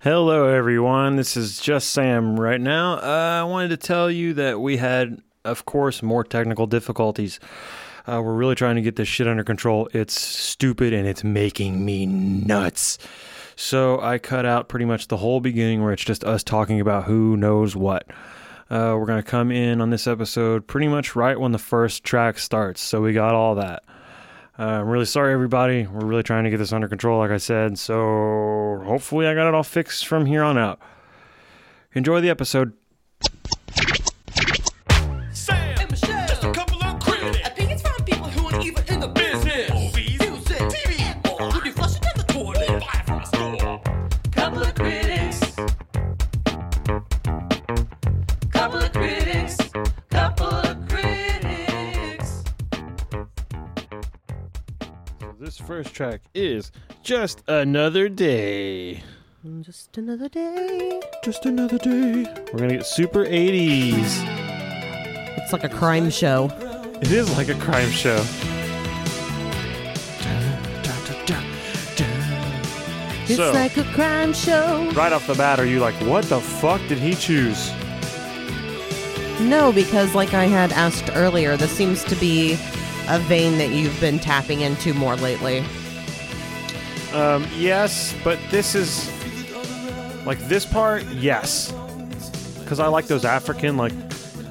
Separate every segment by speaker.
Speaker 1: Hello, everyone. This is just Sam right now. Uh, I wanted to tell you that we had, of course, more technical difficulties. Uh, we're really trying to get this shit under control. It's stupid and it's making me nuts. So I cut out pretty much the whole beginning where it's just us talking about who knows what. Uh, we're going to come in on this episode pretty much right when the first track starts. So we got all that. Uh, I'm really sorry, everybody. We're really trying to get this under control, like I said. So hopefully, I got it all fixed from here on out. Enjoy the episode.
Speaker 2: Sam,
Speaker 3: and Michelle.
Speaker 2: just a couple of critics.
Speaker 3: Opinions from people who ain't even in the business.
Speaker 2: Movies,
Speaker 3: Music, TV, and more. Could be flushing in the toilet.
Speaker 2: buy from a store.
Speaker 3: Couple of critics. Couple of critics. Couple of critics.
Speaker 1: This first track is Just Another Day.
Speaker 4: Just another day.
Speaker 1: Just Another Day. We're going to get super 80s.
Speaker 4: It's like a crime show.
Speaker 1: It is like a crime show.
Speaker 4: It's
Speaker 1: So-
Speaker 4: like a crime show.
Speaker 1: Right off the bat, are you like, what the fuck did he choose?
Speaker 4: No, because like I had asked earlier, this seems to be a vein that you've been tapping into more lately.
Speaker 1: Um, yes, but this is like this part, yes. Because I like those African, like,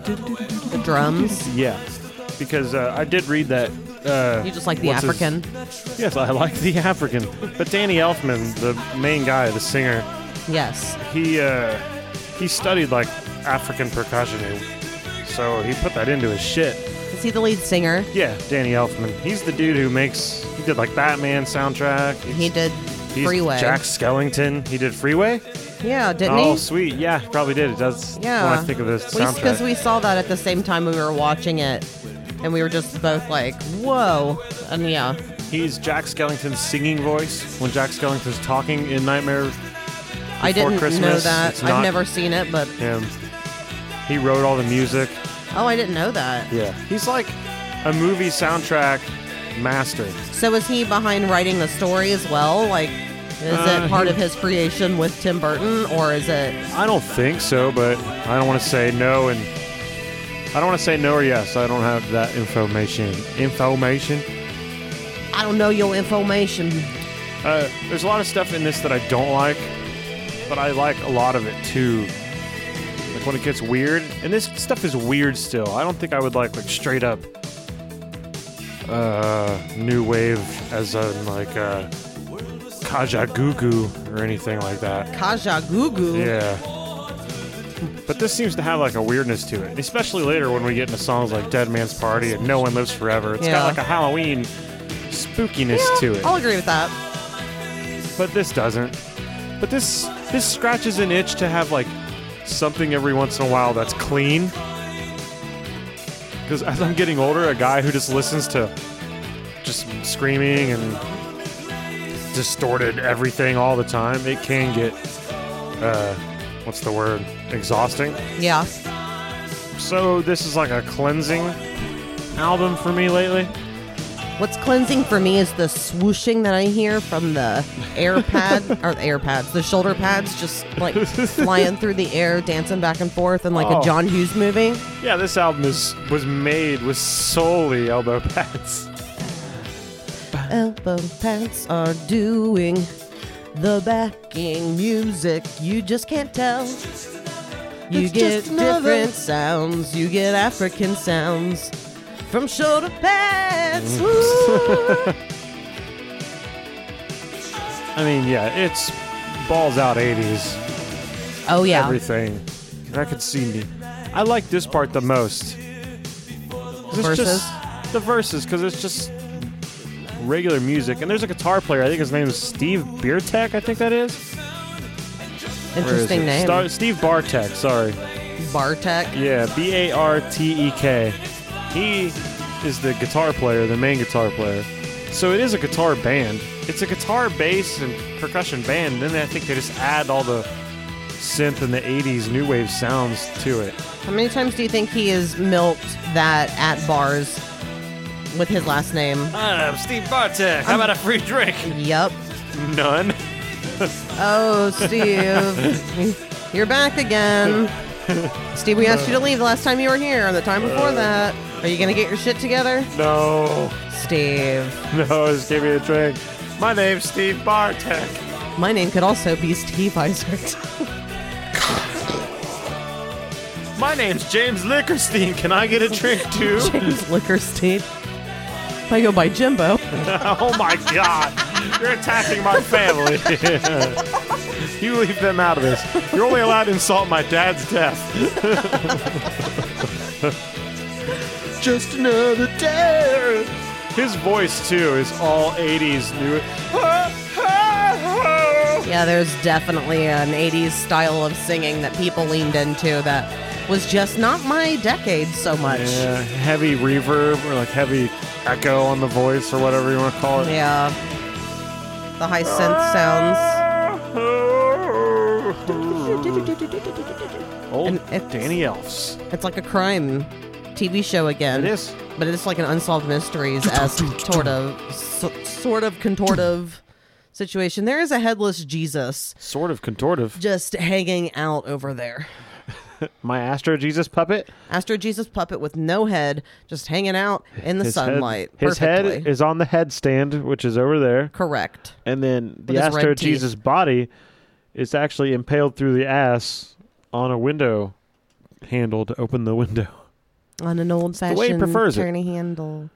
Speaker 4: The drums.
Speaker 1: yeah. Because uh, I did read that. Uh,
Speaker 4: You just like the
Speaker 1: what's his-
Speaker 4: African.
Speaker 1: Yes, I like the African. But Danny Elfman, the main guy, the singer,
Speaker 4: Yes.
Speaker 1: he uh, he studied like African percussion, so he put that into his shit.
Speaker 4: Is he the lead singer?
Speaker 1: Yeah, Danny Elfman. He's the dude who makes. He did like Batman soundtrack.
Speaker 4: He did
Speaker 1: he's
Speaker 4: Freeway.
Speaker 1: Jack Skellington. He did Freeway.
Speaker 4: yeah, didn't
Speaker 1: Oh,
Speaker 4: he?
Speaker 1: sweet. Yeah, probably did. It does.
Speaker 4: Yeah.
Speaker 1: When I think of this
Speaker 4: Because
Speaker 1: soundtrack.
Speaker 4: we, saw that at the same time we were watching it, and we were just both like, "Whoa!" And yeah,
Speaker 1: He's Jack Skellington's singing voice when Jack Skellington's talking in Nightmare.
Speaker 4: I
Speaker 1: Before
Speaker 4: didn't know
Speaker 1: Christmas,
Speaker 4: that.
Speaker 1: it's
Speaker 4: I've
Speaker 1: not-
Speaker 4: never seen it, but
Speaker 1: Him. He wrote all the music.
Speaker 4: oh, I didn't know that.
Speaker 1: Yeah. He's like a movie soundtrack master.
Speaker 4: So is he behind writing the story as well? Like, is
Speaker 1: Uh,
Speaker 4: it part
Speaker 1: he-
Speaker 4: of his creation with Tim Burton, or is it?
Speaker 1: I don't think so, but I don't want to say no and I don't want to say no or yes. I don't have that information. Information.
Speaker 4: I don't know your information.
Speaker 1: Uh, there's a lot of stuff in this that I don't like, but I like a lot of it too. Like when it gets weird, and this stuff is weird still. I don't think I would like like straight up uh, new wave, as in like uh, Kajagoogoo or anything like that.
Speaker 4: Kaja Gugu.
Speaker 1: Yeah. But this seems to have like a weirdness to it, especially later when we get into songs like Dead Man's Party and No One Lives Forever. It's
Speaker 4: Yeah.
Speaker 1: got like a Halloween spookiness
Speaker 4: Yeah, Oh,
Speaker 1: to it
Speaker 4: I'll agree with that.
Speaker 1: but this doesn't. But this this scratches an itch to have like something every once in a while that's clean. Because as I'm getting older, a guy who just listens to just screaming and distorted everything all the time, it can get uh, what's the word? Exhausting.
Speaker 4: Yeah.
Speaker 1: So this is like a cleansing album for me lately.
Speaker 4: What's cleansing for me is the swooshing that I hear from the air pad or the air pads, the shoulder pads, just like flying through the air, dancing back and forth, and like
Speaker 1: Oh.
Speaker 4: a John Hughes movie.
Speaker 1: Yeah, this album is was made with solely elbow pads.
Speaker 4: Elbow pads are doing the backing music. You just can't tell. You
Speaker 1: It's
Speaker 4: get
Speaker 1: just another-
Speaker 4: different sounds. You get African sounds from shoulder pads. Woo!
Speaker 1: I mean, yeah, it's balls out 80s,
Speaker 4: oh yeah,
Speaker 1: everything. That could see me. I like this part the most. 'Cause It's just the verses because it's just regular music. And there's a guitar player. I think his name is Steve Beertek. I think that is. Or is
Speaker 4: interesting
Speaker 1: it?
Speaker 4: name.
Speaker 1: Star- Steve Bartek. Sorry.
Speaker 4: Bartek.
Speaker 1: Yeah, B A R T E K. He is the guitar player, the main guitar player. So it is a guitar band. It's a guitar, bass, and percussion band. Then I think they just add all the synth and the 80s new wave sounds to it.
Speaker 4: How many times do you think he has milked that at bars with his last name?
Speaker 1: Uh, I'm Steve Bartek. How about a free drink?
Speaker 4: Yep.
Speaker 1: None.
Speaker 4: Oh, Steve. You're back again. Steve, we asked you to leave the last time you were here and the time before that. Are you going to get your shit together?
Speaker 1: No,
Speaker 4: Steve.
Speaker 1: no, just give me a drink. My name's Steve Bartek.
Speaker 4: My name could also be Steve Isaac.
Speaker 1: My name's James Lickerstein. Can I get a drink too?
Speaker 4: James Liquor Steve. I go by Jimbo.
Speaker 1: oh my god, you're attacking my family. you leave them out of this. You're only allowed to insult my dad's death. just another day. His voice too is all '80s new.
Speaker 4: Yeah, there's definitely an 80s style of singing that people leaned into that was just not my decade so much.
Speaker 1: Yeah, heavy reverb or like heavy echo on the voice or whatever you want to call it.
Speaker 4: Yeah. The high synth sounds.
Speaker 1: Old
Speaker 4: And it's-
Speaker 1: Danny Elfs.
Speaker 4: It's like a crime TV show again.
Speaker 1: It is.
Speaker 4: But it's like an unsolved mysteries as sort of so, sort of contortive situation. There is a headless Jesus
Speaker 1: Sort of contortive.
Speaker 4: just hanging out over there.
Speaker 1: My Astro Jesus puppet.
Speaker 4: Astro Jesus puppet with no head, just hanging out in the
Speaker 1: his head-
Speaker 4: sunlight.
Speaker 1: his head
Speaker 4: perfectly.
Speaker 1: is on the headstand, which is over there.
Speaker 4: correct.
Speaker 1: And then the
Speaker 4: his
Speaker 1: Astro
Speaker 4: red teeth.
Speaker 1: Jesus body is actually impaled through the ass on a window handle to open the window.
Speaker 4: on an old
Speaker 1: the way he
Speaker 4: fashioned
Speaker 1: prefers it.
Speaker 4: turn a handle.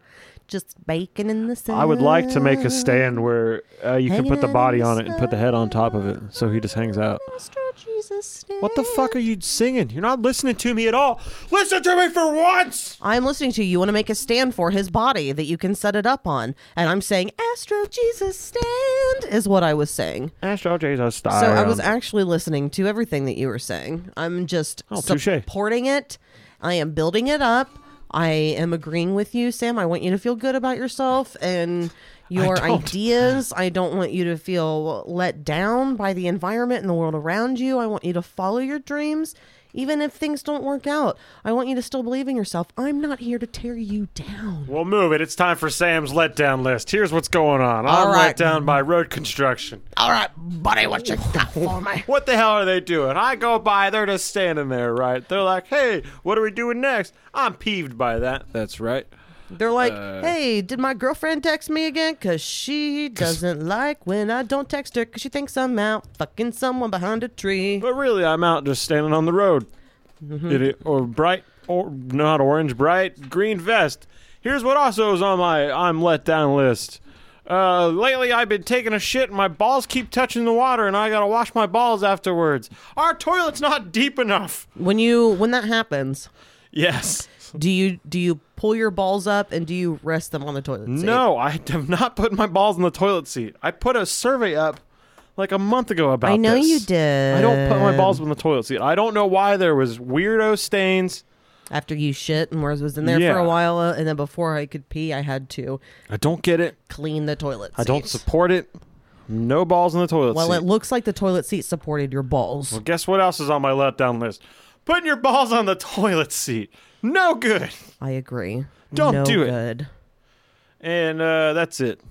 Speaker 4: Just baking in the sun.
Speaker 1: I would like to make a stand where uh, you can
Speaker 4: Hanging
Speaker 1: put the
Speaker 4: out
Speaker 1: body
Speaker 4: in the
Speaker 1: on it and put the head on top of it so he just hangs out.
Speaker 4: Astro Jesus.
Speaker 1: What the fuck are you singing? You're not listening to me at all. Listen to me for once.
Speaker 4: I'm listening to you. You want to make a stand for his body that you can set it up on. And I'm saying, Astro Jesus stand is what I was saying.
Speaker 1: Astro Jesus style.
Speaker 4: So I was actually listening to everything that you were saying. I'm just
Speaker 1: Oh, touche.
Speaker 4: supporting it. I am building it up. I am agreeing with you, Sam. I want you to feel good about yourself and your
Speaker 1: don't.
Speaker 4: ideas. I don't want you to feel let down by the environment and the world around you. I want you to follow your dreams. Even if things don't work out, I want you to still believe in yourself. I'm not here to tear you down.
Speaker 1: Well, move it. It's time for Sam's letdown list. Here's what's going on. I'm
Speaker 4: All
Speaker 1: let
Speaker 4: right.
Speaker 1: down by road construction.
Speaker 4: All right, buddy, what you got for me?
Speaker 1: What the hell are they doing? I go by, they're just standing there, right? They're like, hey, what are we doing next? I'm peeved by that. That's right.
Speaker 4: They're like,
Speaker 1: Uh,
Speaker 4: hey, did my girlfriend text me again? Because she doesn't like when I don't text her because she thinks I'm out fucking someone behind a tree.
Speaker 1: But really, I'm out just standing on the road. Idiot. Or bright, or not orange, bright green vest. Here's what also is on my I'm let down list. Uh, lately, I've been taking a shit and my balls keep touching the water, and I gotta wash my balls afterwards. Our toilet's not deep enough.
Speaker 4: When you when that happens,
Speaker 1: Yes.
Speaker 4: do you do you pull your balls up and do you rest them on the toilet seat?
Speaker 1: No, I have not put my balls in the toilet seat. I put a survey up like a month ago about
Speaker 4: I know
Speaker 1: this.
Speaker 4: you did.
Speaker 1: I don't put my balls in the toilet seat. I don't know why there was weirdo stains.
Speaker 4: after you shit and was was in there for
Speaker 1: Yeah.
Speaker 4: a while, uh, and then before I could pee, I had to
Speaker 1: I don't get it.
Speaker 4: clean the toilet.
Speaker 1: I don't
Speaker 4: seat.
Speaker 1: support it. No balls in the toilet
Speaker 4: Well,
Speaker 1: seat.
Speaker 4: it looks like the toilet seat supported your balls.
Speaker 1: Guess what else is on my letdown list? Putting your balls on the toilet seat. No good.
Speaker 4: I agree.
Speaker 1: Don't
Speaker 4: No
Speaker 1: do it.
Speaker 4: good.
Speaker 1: And uh, that's it.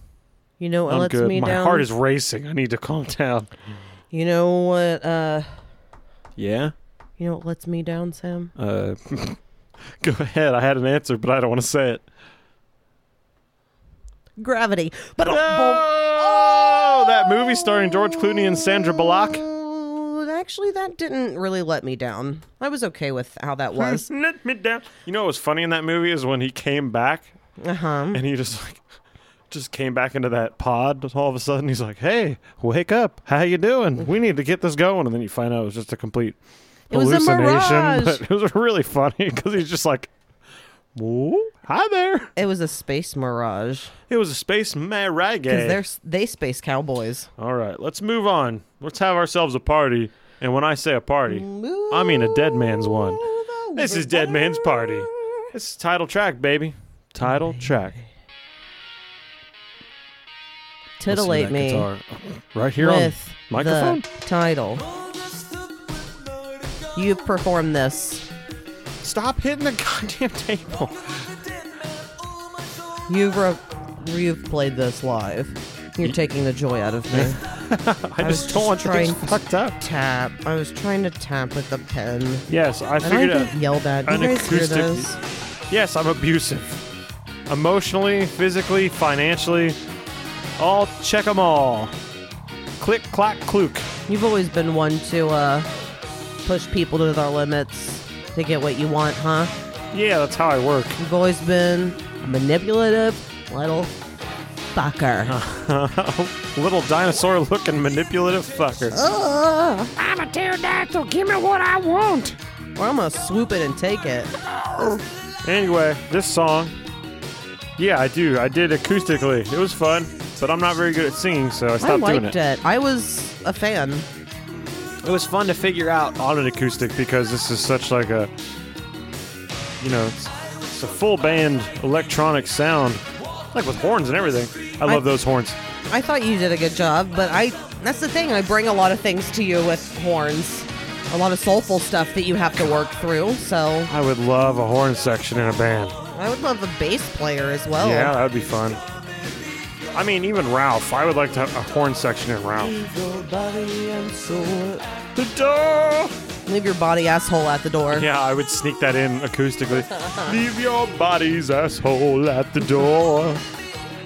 Speaker 4: You know what
Speaker 1: I'm
Speaker 4: lets
Speaker 1: good.
Speaker 4: me
Speaker 1: my
Speaker 4: down?
Speaker 1: heart is racing. I need to calm down.
Speaker 4: You know what? Uh,
Speaker 1: Yeah.
Speaker 4: You know what lets me down, Sam?
Speaker 1: Uh, go ahead. I had an answer, but I don't want to say it.
Speaker 4: Gravity. But uh,
Speaker 1: Oh, that movie starring George Clooney and Sandra Bullock.
Speaker 4: Oh, actually, that didn't really let me down. I was okay with how that was.
Speaker 1: Let me down. You know what was funny in that movie is when he came back
Speaker 4: uh huh.
Speaker 1: and he just like just came back into that pod. All of a sudden, he's like, "Hey, wake up! How you doing? We need to get this going." And then you find out it was just a complete
Speaker 4: It was a
Speaker 1: hallucination.
Speaker 4: mirage.
Speaker 1: but it was really funny because he's just like, "Ooh, hi there."
Speaker 4: It was a space mirage
Speaker 1: It was a space mirage.
Speaker 4: because they're s- they space cowboys.
Speaker 1: All right, let's move on. Let's have ourselves a party. And when I say a party, I mean a dead man's one. This is Dead Man's Party. This is title track, baby. Title track.
Speaker 4: Titillate me
Speaker 1: Right here
Speaker 4: with
Speaker 1: on microphone.
Speaker 4: the title. You perform this.
Speaker 1: Stop hitting the goddamn table.
Speaker 4: You've re- you've played this live. You're taking the joy out of me.
Speaker 1: I just don't want
Speaker 4: trying
Speaker 1: things fucked up.
Speaker 4: Tap. I was trying to tap with the pen.
Speaker 1: Yes, I
Speaker 4: And I
Speaker 1: figured out.
Speaker 4: get yelled at. You
Speaker 1: an
Speaker 4: guys hear
Speaker 1: acoustic-
Speaker 4: those?
Speaker 1: Yes, I'm abusive. Emotionally, physically, financially. I'll check them all. Click, clack, cluck.
Speaker 4: You've always been one to uh, push people to their limits to get what you want, huh?
Speaker 1: Yeah, that's how I work.
Speaker 4: You've always been a manipulative little fucker.
Speaker 1: Little dinosaur looking manipulative fucker.
Speaker 4: Or I'm gonna swoop it and take it.
Speaker 1: Anyway, this song. Yeah, I do. I did acoustically. It was fun, but I'm not very good at singing, so I
Speaker 4: I
Speaker 1: stopped doing
Speaker 4: liked uh,
Speaker 1: it.
Speaker 4: it. I was a fan.
Speaker 1: It was fun to figure out on an acoustic because this is such like a, you know, it's, it's a full band electronic sound, like with horns and everything. I love those horns.
Speaker 4: I thought you did a good job, but I that's the thing. I bring a lot of things to you with horns. A lot of soulful stuff that you have to work through. So
Speaker 1: I would love a horn section in a band.
Speaker 4: I would love a bass player as well.
Speaker 1: Yeah, that would be fun. I mean, even Ralph. I would like to have a horn section in Ralph. The door.
Speaker 4: Leave your body asshole at the door.
Speaker 1: Yeah, I would sneak that in acoustically. Leave your body's asshole at the door.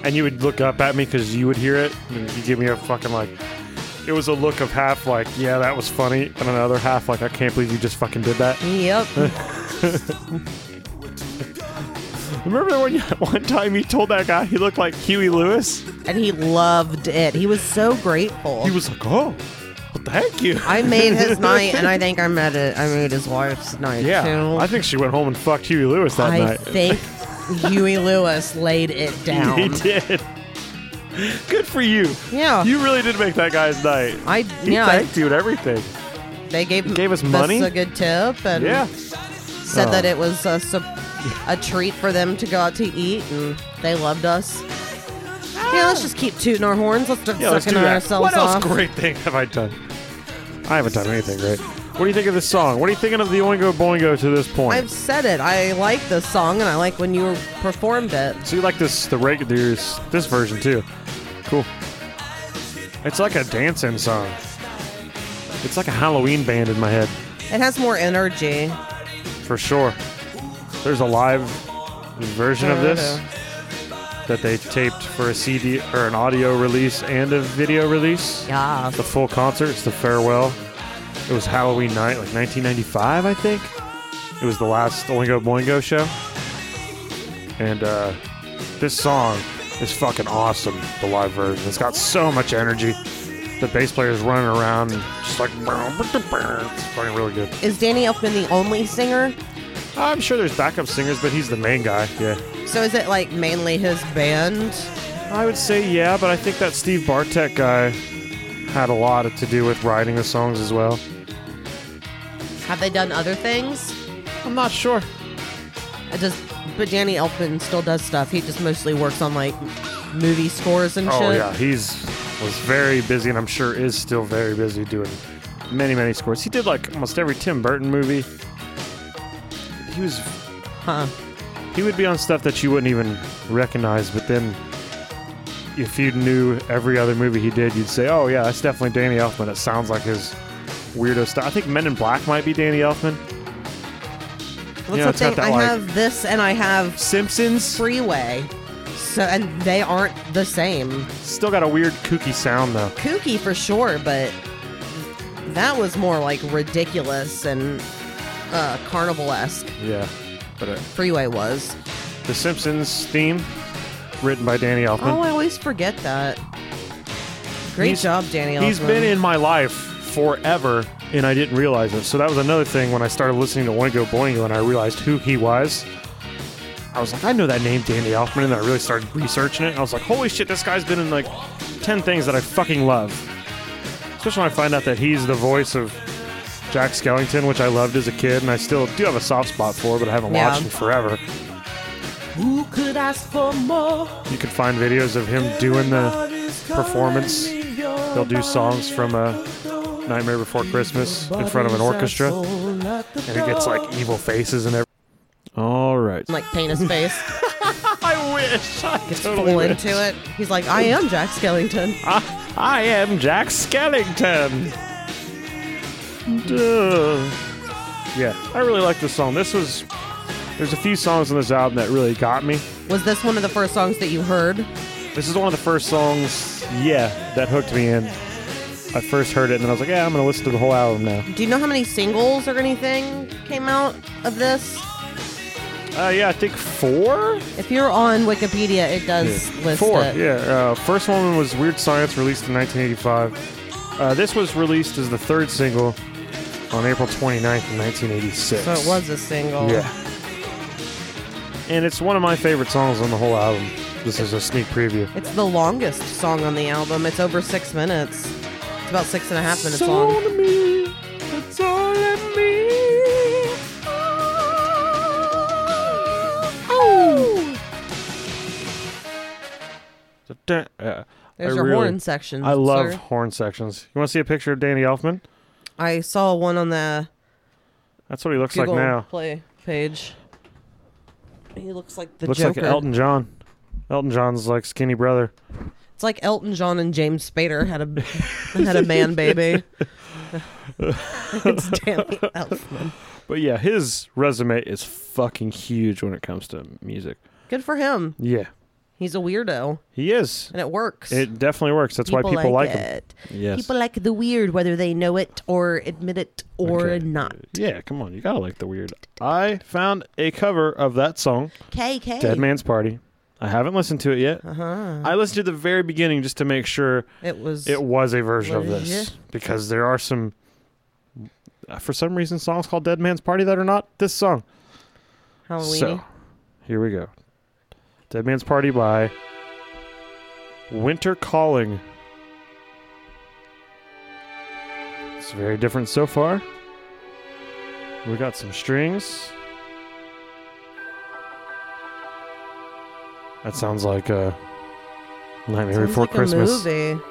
Speaker 1: And you would look up at me because you would hear it. And you give me a fucking like. It was a look of half like, yeah, that was funny, and another half like, I can't believe you just fucking did that.
Speaker 4: Yep.
Speaker 1: Remember when you, one time you told that guy he looked like Huey Lewis?
Speaker 4: and he loved it. He was so grateful.
Speaker 1: He was like, oh, well, thank you.
Speaker 4: I made his night, and I think I made it. I made his wife's night
Speaker 1: yeah,
Speaker 4: too.
Speaker 1: I think she went home and fucked Huey Lewis that
Speaker 4: I
Speaker 1: night.
Speaker 4: think Huey Lewis laid it down.
Speaker 1: he did. Good for you.
Speaker 4: Yeah.
Speaker 1: You really did make that guy's night.
Speaker 4: I
Speaker 1: He
Speaker 4: yeah. I-
Speaker 1: thanked you and everything.
Speaker 4: they gave
Speaker 1: gave us
Speaker 4: this
Speaker 1: money?
Speaker 4: a good tip, and
Speaker 1: Yeah.
Speaker 4: said that it was a, sup- a treat for them to go out to eat, and they loved us. Yeah, let's just keep tooting our horns. Let's start
Speaker 1: Yeah, let's do
Speaker 4: sucking
Speaker 1: that.
Speaker 4: ourselves
Speaker 1: What else
Speaker 4: off.
Speaker 1: great thing have I done? I haven't done anything great. What do you think of this song? What are you thinking of the Oingo Boingo to this point?
Speaker 4: I've said it. I like this song, and I like when you performed it.
Speaker 1: so you like this the regular this version too? Cool. It's like a dancing song. It's like a Halloween band in my head
Speaker 4: It has more energy.
Speaker 1: for sure. There's a live version of this that they taped for a CD or an audio release and a video release.
Speaker 4: Yeah.
Speaker 1: the full concert. It's the farewell. It was Halloween night, like 1995, I think. It was the last Oingo Boingo show. And uh, this song is fucking awesome, the live version. It's got so much energy. The bass player's running around, and just like, it's fucking really good.
Speaker 4: Is Danny Elfman the only singer?
Speaker 1: I'm sure there's backup singers, but he's the main guy. Yeah.
Speaker 4: So is it like mainly his band?
Speaker 1: I would say yeah, but I think that Steve Bartek guy had a lot to do with writing the songs as well.
Speaker 4: Have they done other things?
Speaker 1: I'm not sure.
Speaker 4: It does, but Danny Elfman still does stuff. He just mostly works on like movie scores and
Speaker 1: Oh
Speaker 4: shit.
Speaker 1: yeah, he's was very busy, and I'm sure is still very busy doing many many scores. He did like almost every Tim Burton movie. He was
Speaker 4: Huh.
Speaker 1: he would be on stuff that you wouldn't even recognize, but then if you knew every other movie he did, you'd say, "Oh yeah, that's definitely Danny Elfman." It sounds like his weirdo stuff. I think Men in Black might be Danny Elfman.
Speaker 4: What's
Speaker 1: Yeah,
Speaker 4: the
Speaker 1: it's got
Speaker 4: thing?
Speaker 1: that,
Speaker 4: I
Speaker 1: like-
Speaker 4: have this and I have
Speaker 1: Simpsons
Speaker 4: Freeway. So and they aren't the same.
Speaker 1: still got a weird kooky sound though.
Speaker 4: Kooky for sure, but that was more like ridiculous and uh, carnival esque.
Speaker 1: Yeah, but uh,
Speaker 4: Freeway was.
Speaker 1: the Simpsons theme, written by Danny Elfman.
Speaker 4: Oh, I always forget that. Great
Speaker 1: He's-
Speaker 4: job, Danny.
Speaker 1: He's
Speaker 4: Elfman.
Speaker 1: been in my life forever, and I didn't realize it. So that was another thing when I started listening to Oingo Boingo and I realized who he was. I was like, I know that name, Danny Elfman, and I really started researching it. And I was like, holy shit, this guy's been in like 10 things that I fucking love. Especially when I find out that he's the voice of Jack Skellington, which I loved as a kid, and I still do have a soft spot for, but I haven't
Speaker 4: Yeah.
Speaker 1: watched in forever.
Speaker 4: Who could ask for more?
Speaker 1: You can find videos of him doing the performance. They'll do songs from uh, Nightmare Before Christmas in front of an orchestra, and it gets like evil faces and everything. All right.
Speaker 4: Like paint his face,
Speaker 1: I wish. I
Speaker 4: gets full into it. He's like, I am Jack Skellington.
Speaker 1: I, I am Jack Skellington. Duh. Yeah, I really like this song. This was. There's a few songs on this album that really got me.
Speaker 4: Was this one of the first songs that you heard?
Speaker 1: This is one of the first songs, yeah, that hooked me in. I first heard it and then I was like, yeah, I'm going to listen to the whole album now.
Speaker 4: Do you know how many singles or anything came out of this?
Speaker 1: Uh, yeah, I think four?
Speaker 4: If you're on Wikipedia, it does list
Speaker 1: Four,
Speaker 4: it.
Speaker 1: yeah. Uh, first one was Weird Science, released in 1985. Uh, this was released as the third single on April 29th, of 1986.
Speaker 4: So it was a single.
Speaker 1: Yeah. And it's one of my favorite songs on the whole album. This is a sneak preview.
Speaker 4: It's the longest song on the album. It's over six minutes. It's about six and a half minutes long. Oh.
Speaker 1: Oh. Da- uh,
Speaker 4: There's
Speaker 1: I
Speaker 4: your
Speaker 1: really-
Speaker 4: horn section.
Speaker 1: I love
Speaker 4: sir.
Speaker 1: horn sections. You want to see a picture of Danny Elfman?
Speaker 4: I saw one on the
Speaker 1: That's what he looks
Speaker 4: Google
Speaker 1: like now.
Speaker 4: Play page. He looks like the
Speaker 1: Looks
Speaker 4: Joker.
Speaker 1: like Elton John. Elton John's like skinny brother.
Speaker 4: It's like Elton John and James Spader had a had a man baby. it's Danny Elfman.
Speaker 1: But yeah, his resume is fucking huge when it comes to music.
Speaker 4: Good for him.
Speaker 1: Yeah,
Speaker 4: He's a weirdo,
Speaker 1: he is.
Speaker 4: and it works.
Speaker 1: It definitely works. That's why people like, him.
Speaker 4: it.
Speaker 1: Yes.
Speaker 4: People like the weird, whether they know it or admit it or
Speaker 1: Okay.
Speaker 4: not.
Speaker 1: Yeah, come on, you gotta like the weird. I found a cover of that song,
Speaker 4: KK.
Speaker 1: Dead Man's Party. I haven't listened to it yet. Uh-huh. I listened to the very beginning just to make sure
Speaker 4: It was.
Speaker 1: it was a version of this
Speaker 4: Legit.
Speaker 1: because there are some for some reason songs called Dead Man's Party that are not this song.
Speaker 4: Halloween.
Speaker 1: So, here we go. Dead Man's Party by Winter Calling. It's very different so far. We got some strings. That sounds like uh, Nightmare
Speaker 4: Sounds
Speaker 1: Before
Speaker 4: like
Speaker 1: Christmas.
Speaker 4: A movie.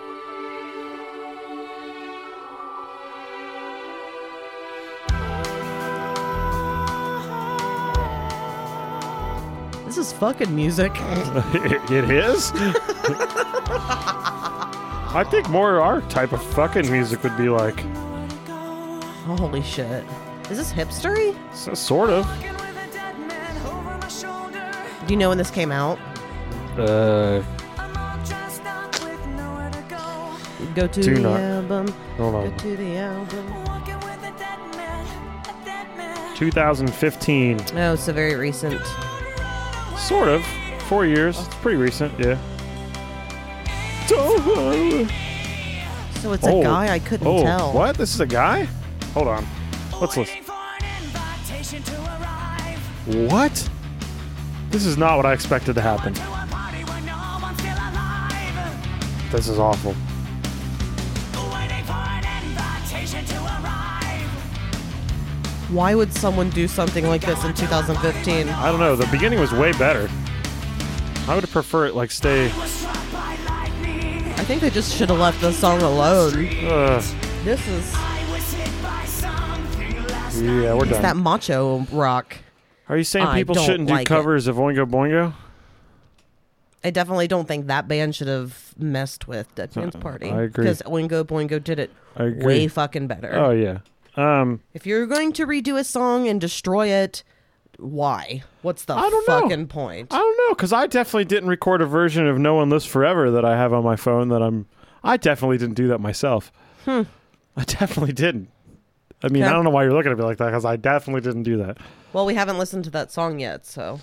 Speaker 4: This is fucking music.
Speaker 1: it is? I think more our type of fucking music would be like,
Speaker 4: Holy shit. Is this hipstery?
Speaker 1: s- sort of.
Speaker 4: Do you know when this came out?
Speaker 1: Uh,
Speaker 4: Go to
Speaker 1: Do
Speaker 4: the
Speaker 1: not.
Speaker 4: album.
Speaker 1: hold
Speaker 4: Go
Speaker 1: on.
Speaker 4: to the album.
Speaker 1: 2015.
Speaker 4: Oh, so very recent.
Speaker 1: Sort of. Four years. It's pretty recent, yeah. Oh,
Speaker 4: So it's a guy I couldn't
Speaker 1: oh,
Speaker 4: tell.
Speaker 1: What? This is a guy? Hold on. Let's listen. What? This is not what I expected to happen. This is awful.
Speaker 4: Why would someone do something like this in 2015?
Speaker 1: I don't know. The beginning was way better. I would prefer it like stay.
Speaker 4: I think they just should have left the song alone.
Speaker 1: Uh,
Speaker 4: This is
Speaker 1: yeah, we're
Speaker 4: it's that
Speaker 1: done.
Speaker 4: macho rock.
Speaker 1: Are you saying
Speaker 4: I
Speaker 1: people
Speaker 4: don't
Speaker 1: shouldn't do
Speaker 4: like it.
Speaker 1: covers of Oingo Boingo?
Speaker 4: I definitely don't think that band should have messed with Dead Man's Party.
Speaker 1: Uh, I agree.
Speaker 4: Because Oingo Boingo did it
Speaker 1: I agree.
Speaker 4: way fucking better.
Speaker 1: Oh yeah. Um,
Speaker 4: If you're going to redo a song and destroy it, why? What's the
Speaker 1: I don't know.
Speaker 4: fucking point?
Speaker 1: I don't know because I definitely didn't record a version of No One Lives Forever that I have on my phone. That I'm. I definitely didn't do that myself. I definitely didn't. I mean, I
Speaker 4: Okay.
Speaker 1: don't know why you're looking at me like that because I definitely didn't do that.
Speaker 4: Well, we haven't listened to that song yet, so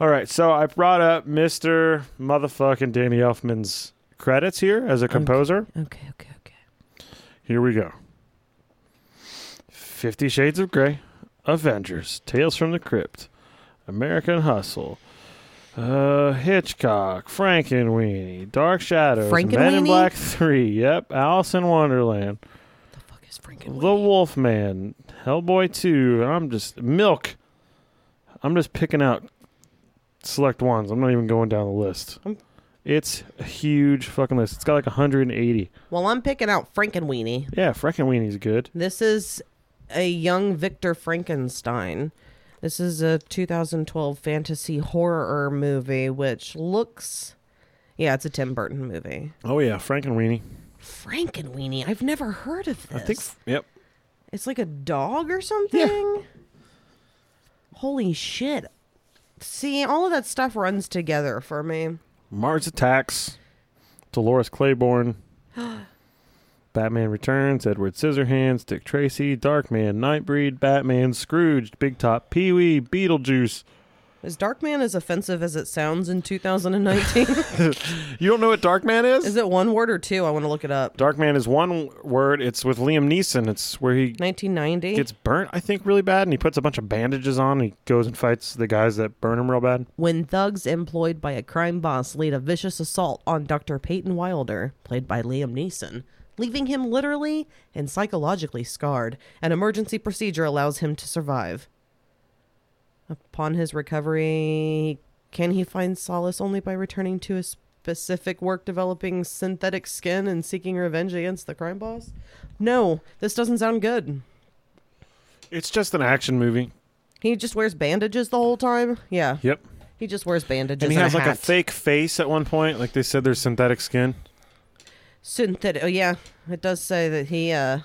Speaker 1: All right, so I brought up Mr. Motherfucking Danny Elfman's credits here as a composer.
Speaker 4: okay, okay, okay.
Speaker 1: Here we go. Fifty Shades of Grey, Avengers, Tales from the Crypt, American Hustle, uh, Hitchcock, Frankenweenie, Dark Shadows, Men in
Speaker 4: Frankenweenie?
Speaker 1: Black Three, yep, Alice in Wonderland,
Speaker 4: The fuck is Franken?
Speaker 1: The Wolfman, Hellboy Two. I'm just Milk. I'm just picking out select ones. I'm not even going down the list.
Speaker 4: I'm-
Speaker 1: It's a huge fucking list. It's got like 180.
Speaker 4: Well, I'm picking out Frankenweenie.
Speaker 1: Yeah, Frankenweenie's good.
Speaker 4: This is a young Victor Frankenstein. This is a 2012 fantasy horror movie, which looks Yeah, it's a Tim Burton movie.
Speaker 1: Oh yeah, Frank and Weenie.
Speaker 4: Frankenweenie. I've never heard of this.
Speaker 1: I think. Yep.
Speaker 4: it's like a dog or something. Holy shit. See, all of that stuff runs together for me.
Speaker 1: Mars Attacks, Dolores Claiborne, Batman Returns, Edward Scissorhands, Dick Tracy, Darkman, Nightbreed, Batman, Scrooge, Big Top, Pee Wee, Beetlejuice.
Speaker 4: Is Darkman as offensive as it sounds in 2019?
Speaker 1: You don't know what Darkman is?
Speaker 4: Is it one word or two? I want to look it up.
Speaker 1: Darkman is one word. It's with Liam Neeson. It's where he
Speaker 4: 1990.
Speaker 1: gets burnt, I think, really bad, and he puts a bunch of bandages on. And he goes and fights the guys that burn him real bad.
Speaker 4: when thugs employed by a crime boss lead a vicious assault on Dr. Peyton Wilder, played by Liam Neeson, leaving him literally and psychologically scarred. An emergency procedure allows him to survive. Upon his recovery, can he find solace only by returning to his specific work developing synthetic skin and seeking revenge against the crime boss? No, this doesn't sound good.
Speaker 1: It's just an action movie.
Speaker 4: He just wears bandages the whole time? Yeah.
Speaker 1: Yep.
Speaker 4: He just wears bandages.
Speaker 1: And he has like a
Speaker 4: hat.
Speaker 1: fake face at one point. Like they said, there's synthetic skin.
Speaker 4: synthetic. Oh yeah, it does say that he uh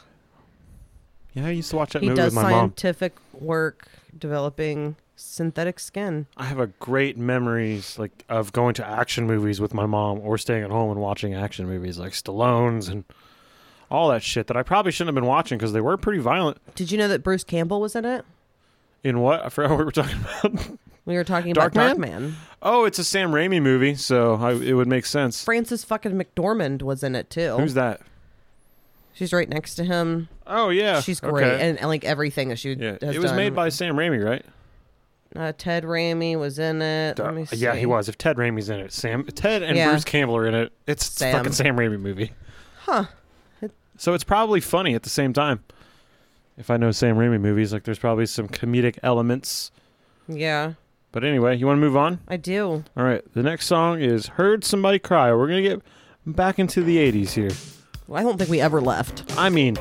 Speaker 1: Yeah, I used to watch that
Speaker 4: he
Speaker 1: movie
Speaker 4: does
Speaker 1: with my mom.
Speaker 4: scientific work developing synthetic skin.
Speaker 1: I have a great memories like of going to action movies with my mom or staying at home and watching action movies like Stallone's and all that shit that I probably shouldn't have been watching because they were pretty violent.
Speaker 4: Did you know that Bruce Campbell was in it?
Speaker 1: In what I forgot what we were talking about.
Speaker 4: We were talking about
Speaker 1: Darkman?
Speaker 4: Darkman.
Speaker 1: oh, it's a Sam Raimi movie, so I, it would make sense.
Speaker 4: Frances fucking McDormand was in it too.
Speaker 1: Who's that?
Speaker 4: She's right next to him.
Speaker 1: Oh yeah,
Speaker 4: She's great,
Speaker 1: Okay.
Speaker 4: and, and like everything that she
Speaker 1: yeah,
Speaker 4: has
Speaker 1: it was
Speaker 4: done.
Speaker 1: made by Sam Raimi, right?
Speaker 4: uh, Ted Raimi was in it. Let me
Speaker 1: Uh, yeah,
Speaker 4: see.
Speaker 1: he was. If Ted Raimi's in it, Sam, Ted and
Speaker 4: Yeah.
Speaker 1: Bruce Campbell are in it. It's
Speaker 4: Sam.
Speaker 1: a fucking Sam Raimi movie.
Speaker 4: Huh.
Speaker 1: So it's probably funny at the same time. If I know Sam Raimi movies, like there's probably some comedic elements.
Speaker 4: Yeah,
Speaker 1: But anyway, you want to move on?
Speaker 4: I do.
Speaker 1: All right. The next song is "Heard Somebody Cry." We're gonna get back into the '80s here.
Speaker 4: Well, I don't think we ever left.
Speaker 1: I mean,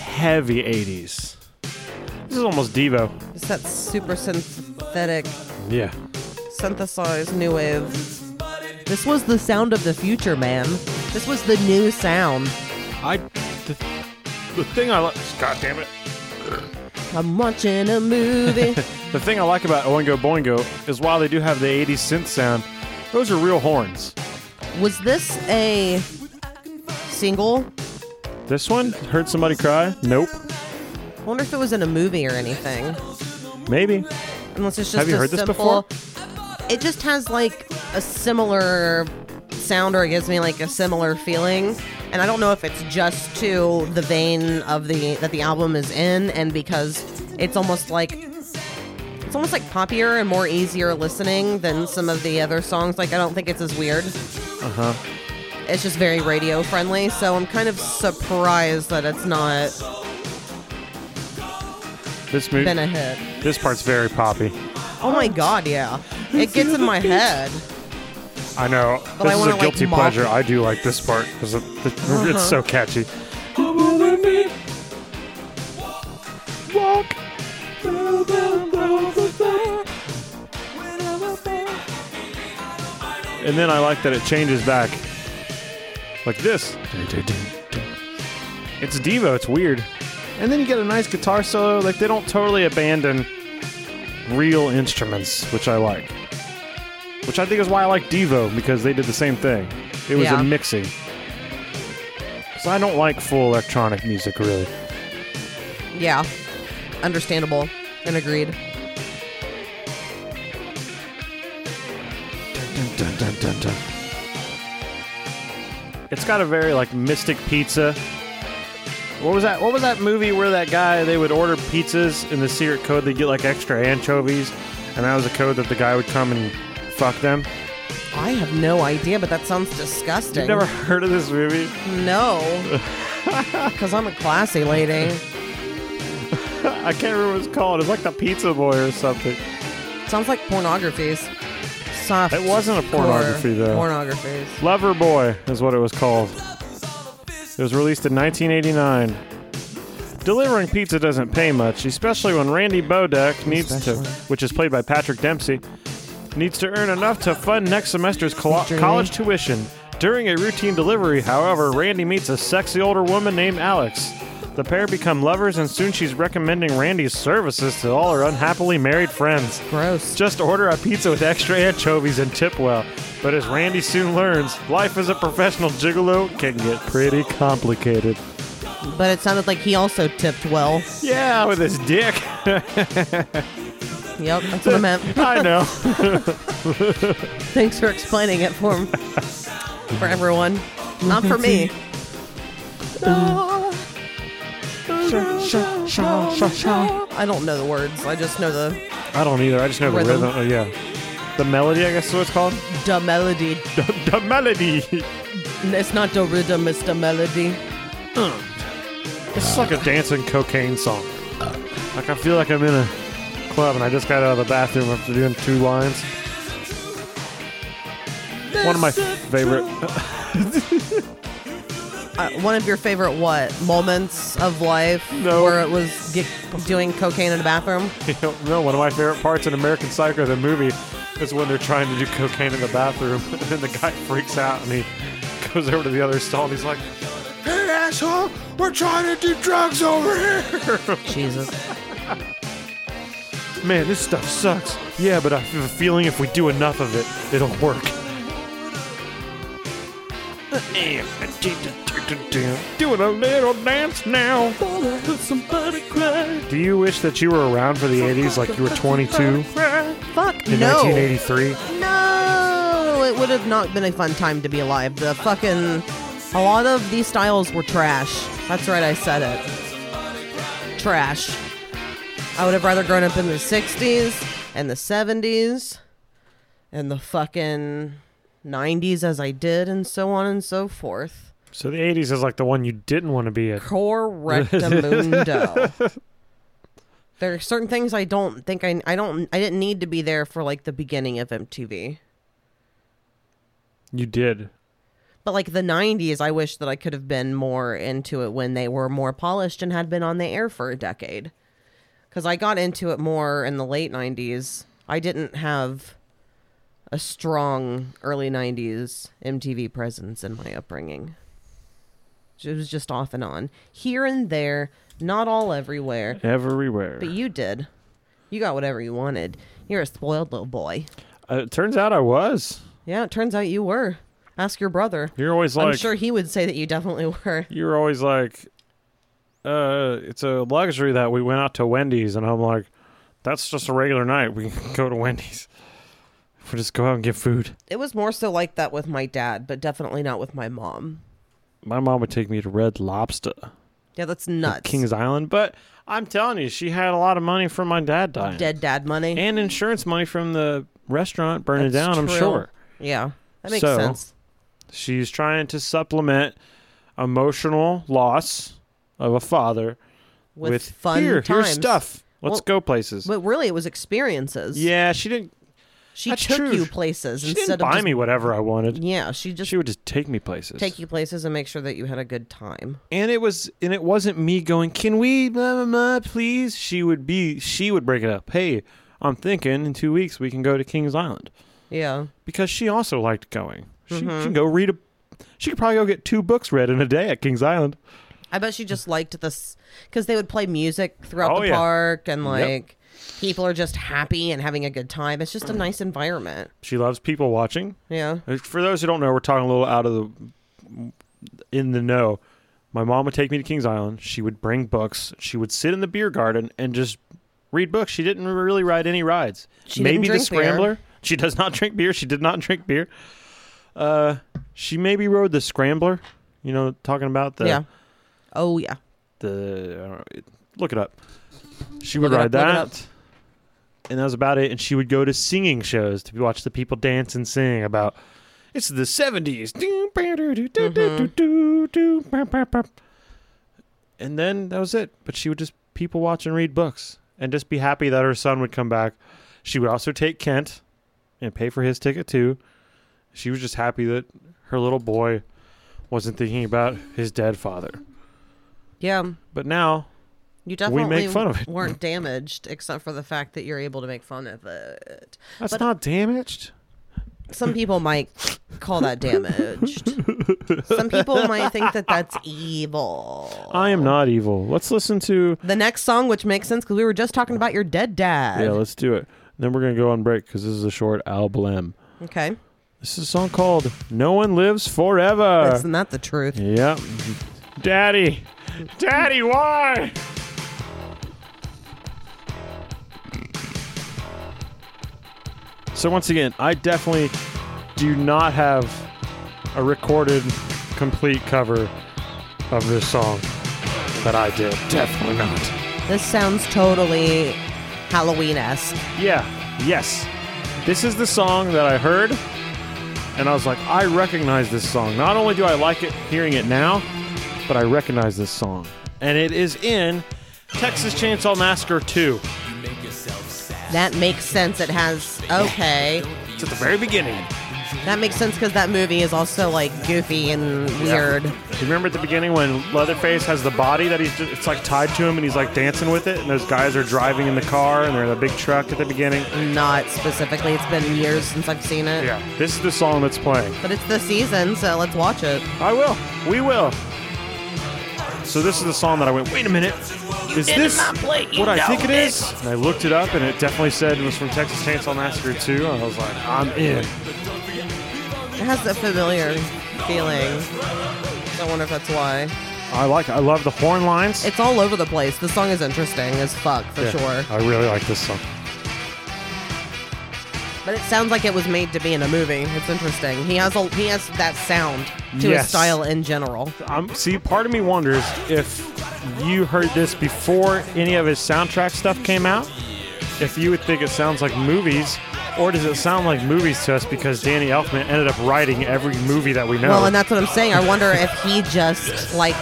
Speaker 1: heavy '80s. This is almost Devo.
Speaker 4: It's that super synthetic
Speaker 1: Yeah.
Speaker 4: synthesized new wave. This was the sound of the future, man. This was the new sound.
Speaker 1: I. The, the thing I like. God damn it.
Speaker 4: I'm watching a movie.
Speaker 1: The thing I like about Oingo Boingo is while they do have the 80s synth sound, those are real horns.
Speaker 4: was this a single?
Speaker 1: This one, Heard Somebody Cry? Nope.
Speaker 4: I wonder if it was in a movie or anything.
Speaker 1: Maybe.
Speaker 4: Unless it's just
Speaker 1: Have you
Speaker 4: a
Speaker 1: heard this
Speaker 4: simple.
Speaker 1: before?
Speaker 4: It just has like a similar sound, or it gives me like a similar feeling. And I don't know if it's just to the vein of the that the album is in, and because it's almost like it's almost like poppier and more easier listening than some of the other songs. Like I don't think it's as weird. Uh huh.
Speaker 1: Uh-huh.
Speaker 4: It's just very radio friendly, so I'm kind of surprised that it's not
Speaker 1: This movie.
Speaker 4: been a hit.
Speaker 1: This part's very poppy.
Speaker 4: Oh my god, yeah. It gets in my head.
Speaker 1: I know.
Speaker 4: But
Speaker 1: this is a
Speaker 4: I wanna, like, Uh-huh.
Speaker 1: guilty
Speaker 4: mock-
Speaker 1: pleasure. I do like this part because it's so catchy. And then I like that it changes back. Like this. It's Devo, it's weird. And then you get a nice guitar solo. Like, they don't totally abandon real instruments, which I like. Which I think is why I like Devo, because they did the same thing. It was
Speaker 4: Yeah.
Speaker 1: a mixing. Because I don't like full electronic music, really.
Speaker 4: Yeah. Understandable and agreed.
Speaker 1: It's got a very like mystic pizza. What was that? What was that movie where that guy they would order pizzas in the secret code they get like extra anchovies, and that was a code that the guy would come and fuck them.
Speaker 4: I have no idea, but that sounds disgusting.
Speaker 1: You've never heard of this movie?
Speaker 4: No. Because I'm a classy lady.
Speaker 1: I can't remember what it's called. It's like the Pizza Boy or something.
Speaker 4: Sounds like pornographies. Soft.
Speaker 1: It wasn't a
Speaker 4: core
Speaker 1: pornography, though.
Speaker 4: Pornographies.
Speaker 1: Lover Boy is what it was called. It was released in 1989. Delivering pizza doesn't pay much, especially when Randy Bodek needs to,
Speaker 4: Especially.
Speaker 1: which is played by Patrick Dempsey, needs to earn enough to fund next semester's col- college tuition. During a routine delivery, however, Randy meets a sexy older woman named Alex. The pair become lovers, and soon she's recommending Randy's services to all her unhappily married friends.
Speaker 4: Gross.
Speaker 1: Just order a pizza with extra anchovies and tip well. But as Randy soon learns, life as a professional gigolo can get pretty complicated.
Speaker 4: But it sounded like he also tipped well.
Speaker 1: Yeah, with his dick.
Speaker 4: Yep, that's what I meant.
Speaker 1: I know.
Speaker 4: Thanks for explaining it for for everyone. Not for me. Ah. I don't know the words. I just know the
Speaker 1: I don't either. I just know the
Speaker 4: Rhythm.
Speaker 1: rhythm. Oh, yeah. The melody, I guess is what it's called.
Speaker 4: da melody.
Speaker 1: the melody.
Speaker 4: It's not the rhythm, it's the melody.
Speaker 1: It's like a dancing cocaine song. Like I feel like I'm in a club and I just got out of the bathroom after doing two lines. One of my favorite.
Speaker 4: Uh, one of your favorite what moments of life
Speaker 1: No.
Speaker 4: where it was get, doing cocaine in a bathroom?
Speaker 1: no, one of my favorite parts in American Psycho, the movie, is when they're trying to do cocaine in the bathroom, and the guy freaks out and he goes over to the other stall and he's like, "Hey, asshole, we're trying to do drugs over here."
Speaker 4: Jesus.
Speaker 1: Man, this stuff sucks. Yeah, but I have a feeling if we do enough of it, it'll work. Doing a little dance now. Do you wish that you were around for the 80s like you were 22 in
Speaker 4: Fuck no.
Speaker 1: 1983?
Speaker 4: No, it would have not been a fun time to be alive. The fucking a lot of these styles were trash. That's right, I said it. Trash. I would have rather grown up in the '60s and the '70s and the fucking '90s as I did, and so on and so forth.
Speaker 1: So the 80s is like the one you didn't want to be in.
Speaker 4: Correctamundo. there are certain things I don't think I I don't I didn't need to be there for like the beginning of MTV.
Speaker 1: You did.
Speaker 4: But like the 90s, I wish that I could have been more into it when they were more polished and had been on the air for a decade. Because I got into it more in the late 90s. I didn't have a strong early 90s MTV presence in my upbringing. It was just off and on, here and there, not all everywhere.
Speaker 1: Everywhere.
Speaker 4: But you did. You got whatever you wanted. You're a spoiled little boy.
Speaker 1: Uh, it turns out I was.
Speaker 4: Yeah, it turns out you were. Ask your brother.
Speaker 1: You're always
Speaker 4: I'm
Speaker 1: like,
Speaker 4: sure he would say that you definitely were.
Speaker 1: you're always like, uh, it's a luxury that we went out to Wendy's, and I'm like, that's just a regular night. We can go to Wendy's. We just go out and get food.
Speaker 4: It was more so like that with my dad, but definitely not with my mom.
Speaker 1: My mom would take me to Red Lobster,
Speaker 4: Yeah, that's nuts.
Speaker 1: Kings Island, but I'm telling you, she had a lot of money from my dad dying,
Speaker 4: dead dad money.
Speaker 1: and insurance money from the restaurant burning
Speaker 4: That's
Speaker 1: down. I'm
Speaker 4: true.
Speaker 1: sure.
Speaker 4: Yeah, that makes
Speaker 1: So-
Speaker 4: sense.
Speaker 1: She's trying to supplement emotional loss of a father
Speaker 4: With,
Speaker 1: with,
Speaker 4: fun
Speaker 1: here,
Speaker 4: times.
Speaker 1: here's stuff. Let's
Speaker 4: Well,
Speaker 1: go places.
Speaker 4: But really, it was experiences.
Speaker 1: yeah, she didn't.
Speaker 4: she
Speaker 1: that's
Speaker 4: took
Speaker 1: true.
Speaker 4: you places
Speaker 1: She
Speaker 4: instead
Speaker 1: didn't buy
Speaker 4: of just,
Speaker 1: me whatever I wanted.
Speaker 4: Yeah, she just
Speaker 1: She would just take me places.
Speaker 4: take you places and make sure that you had a good time.
Speaker 1: And it was, and it wasn't me going. Can we, blah blah blah, please? She would be. She would break it up. Hey, I'm thinking in two weeks we can go to Kings Island
Speaker 4: Yeah,
Speaker 1: because she also liked going. She, she
Speaker 4: Mm-hmm.
Speaker 1: can go read a. She could probably go get two books read in a day at Kings Island.
Speaker 4: I bet she just liked this because they would play music throughout
Speaker 1: Oh,
Speaker 4: the
Speaker 1: yeah.
Speaker 4: park and like people are just happy and having a good time. It's just a nice environment.
Speaker 1: She loves people watching.
Speaker 4: Yeah.
Speaker 1: Uh, For those who don't know, we're talking a little out of the in the know. My mom would take me to Kings Island. She would bring books. She would sit in the beer garden and just read books. She didn't really ride any rides.
Speaker 4: She didn't
Speaker 1: maybe the
Speaker 4: drink beer.
Speaker 1: Scrambler. She does not drink beer. She did not drink beer. Uh, she maybe rode the Scrambler. You know, talking about the
Speaker 4: yeah. Oh yeah.
Speaker 1: the I don't know, it- look it up. She
Speaker 4: Look
Speaker 1: would
Speaker 4: it
Speaker 1: ride
Speaker 4: up, look it up.
Speaker 1: that, and that was about it. And she would go to singing shows to watch the people dance and sing about. It's the 70s
Speaker 4: Mm-hmm.
Speaker 1: And then that was it. But she would just people watch and read books and just be happy that her son would come back. She would also take Kent and pay for his ticket too. She was just happy that her little boy wasn't thinking about his dead father.
Speaker 4: Yeah.
Speaker 1: But now
Speaker 4: You definitely
Speaker 1: make fun of it.
Speaker 4: weren't damaged, except for the fact that you're able to make fun of it.
Speaker 1: That's not damaged.
Speaker 4: Some people might call that damaged. Some people might think that that's evil.
Speaker 1: I am not evil. Let's listen to.
Speaker 4: The next song, which makes sense because we were just talking about your dead
Speaker 1: Yeah,
Speaker 4: dad.
Speaker 1: let's do it. Then we're gonna go on break because this is a short album.
Speaker 4: okay,
Speaker 1: This is a song called "No One Lives Forever."
Speaker 4: that's not the truth.
Speaker 1: Yep. Daddy. Daddy, why? So once again, I definitely do not have a recorded complete cover of this song that I did. Definitely not.
Speaker 4: This sounds totally Halloween esque.
Speaker 1: Yeah. Yes. This is the song that I heard, and I was like, I recognize this song. Not only do I like it hearing it now, but I recognize this song. And it is in Texas Chainsaw Massacre 2.
Speaker 4: That makes sense. It has okay.
Speaker 1: It's at the very beginning.
Speaker 4: That makes sense because that movie is also like goofy and weird.
Speaker 1: Do you remember at the beginning when Leatherface has the body that he's just, it's like tied to him and he's like dancing with it, and those guys are driving in the car and they're in a big truck at the beginning?
Speaker 4: Not specifically. It's been years since I've seen it.
Speaker 1: Yeah. This is the song that's playing.
Speaker 4: But it's the season, so let's watch it.
Speaker 1: I will. We will. So this is the song that I went. Wait a minute, is this what I think it is? And I looked it up, and it definitely said it was from Texas Chainsaw Massacre 2. And I was like, I'm in.
Speaker 4: It has a familiar feeling. I wonder if that's why.
Speaker 1: I like. I love the horn lines.
Speaker 4: It's all over the place. The song is interesting as fuck for
Speaker 1: Yeah, I
Speaker 4: sure.
Speaker 1: really like this song.
Speaker 4: But it sounds like it was made to be in a movie. It's interesting. He has a he has that sound to
Speaker 1: Yes.
Speaker 4: his style in general.
Speaker 1: Um, see, part of me wonders if you heard this before any of his soundtrack stuff came out, if you would think it sounds like movies, or does it sound like movies to us because Danny Elfman ended up writing every movie that we know?
Speaker 4: Well, and that's what I'm saying. I wonder if he just like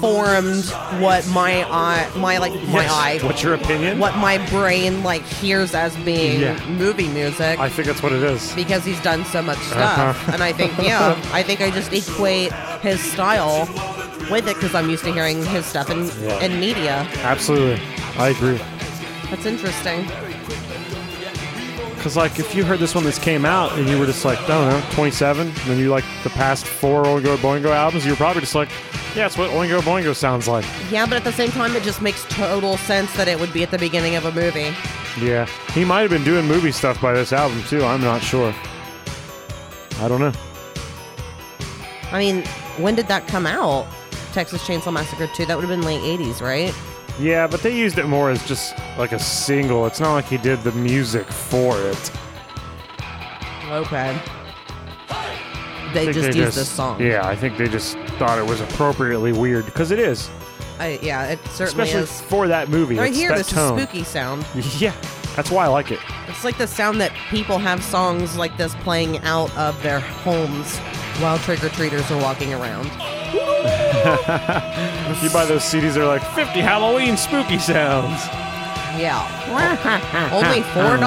Speaker 4: formed what my eye, my like my
Speaker 1: Yes.
Speaker 4: eye,
Speaker 1: What's your opinion?
Speaker 4: what my brain like hears as being
Speaker 1: Yeah.
Speaker 4: movie music
Speaker 1: I think that's what it is.
Speaker 4: because he's done so much
Speaker 1: Uh-huh.
Speaker 4: stuff. And I think yeah, I think I just equate his style with it because I'm used to hearing his stuff in
Speaker 1: Yeah.
Speaker 4: in media.
Speaker 1: Absolutely, I agree.
Speaker 4: That's interesting.
Speaker 1: Because like, if you heard this one this came out and you were just like, I don't know, 27, and then you like the past four Oingo Boingo albums, you're probably just like, yeah, it's what Oingo Boingo sounds like.
Speaker 4: Yeah, but at the same time, it just makes total sense that it would be at the beginning of a movie.
Speaker 1: Yeah, he might have been doing movie stuff by this album too. I'm not sure. I don't know.
Speaker 4: I mean, when did that come out? Texas Chainsaw Massacre 2. That would have been late 80s, right?
Speaker 1: Yeah, but they used it more as just like a single. It's not like he did the music for it.
Speaker 4: Okay. They
Speaker 1: I
Speaker 4: just
Speaker 1: think
Speaker 4: used
Speaker 1: they
Speaker 4: this song.
Speaker 1: Yeah, I think they just thought it was appropriately weird because it is,
Speaker 4: I, yeah, it certainly
Speaker 1: especially
Speaker 4: is.
Speaker 1: for that movie.
Speaker 4: Right
Speaker 1: It's
Speaker 4: here,
Speaker 1: that
Speaker 4: this
Speaker 1: tone.
Speaker 4: is spooky sound.
Speaker 1: Yeah, that's why I like it.
Speaker 4: It's like the sound that people have songs like this playing out of their homes while trick or treaters are walking around.
Speaker 1: You buy those CDs, they're like 50 Halloween spooky sounds.
Speaker 4: Yeah. Only $4.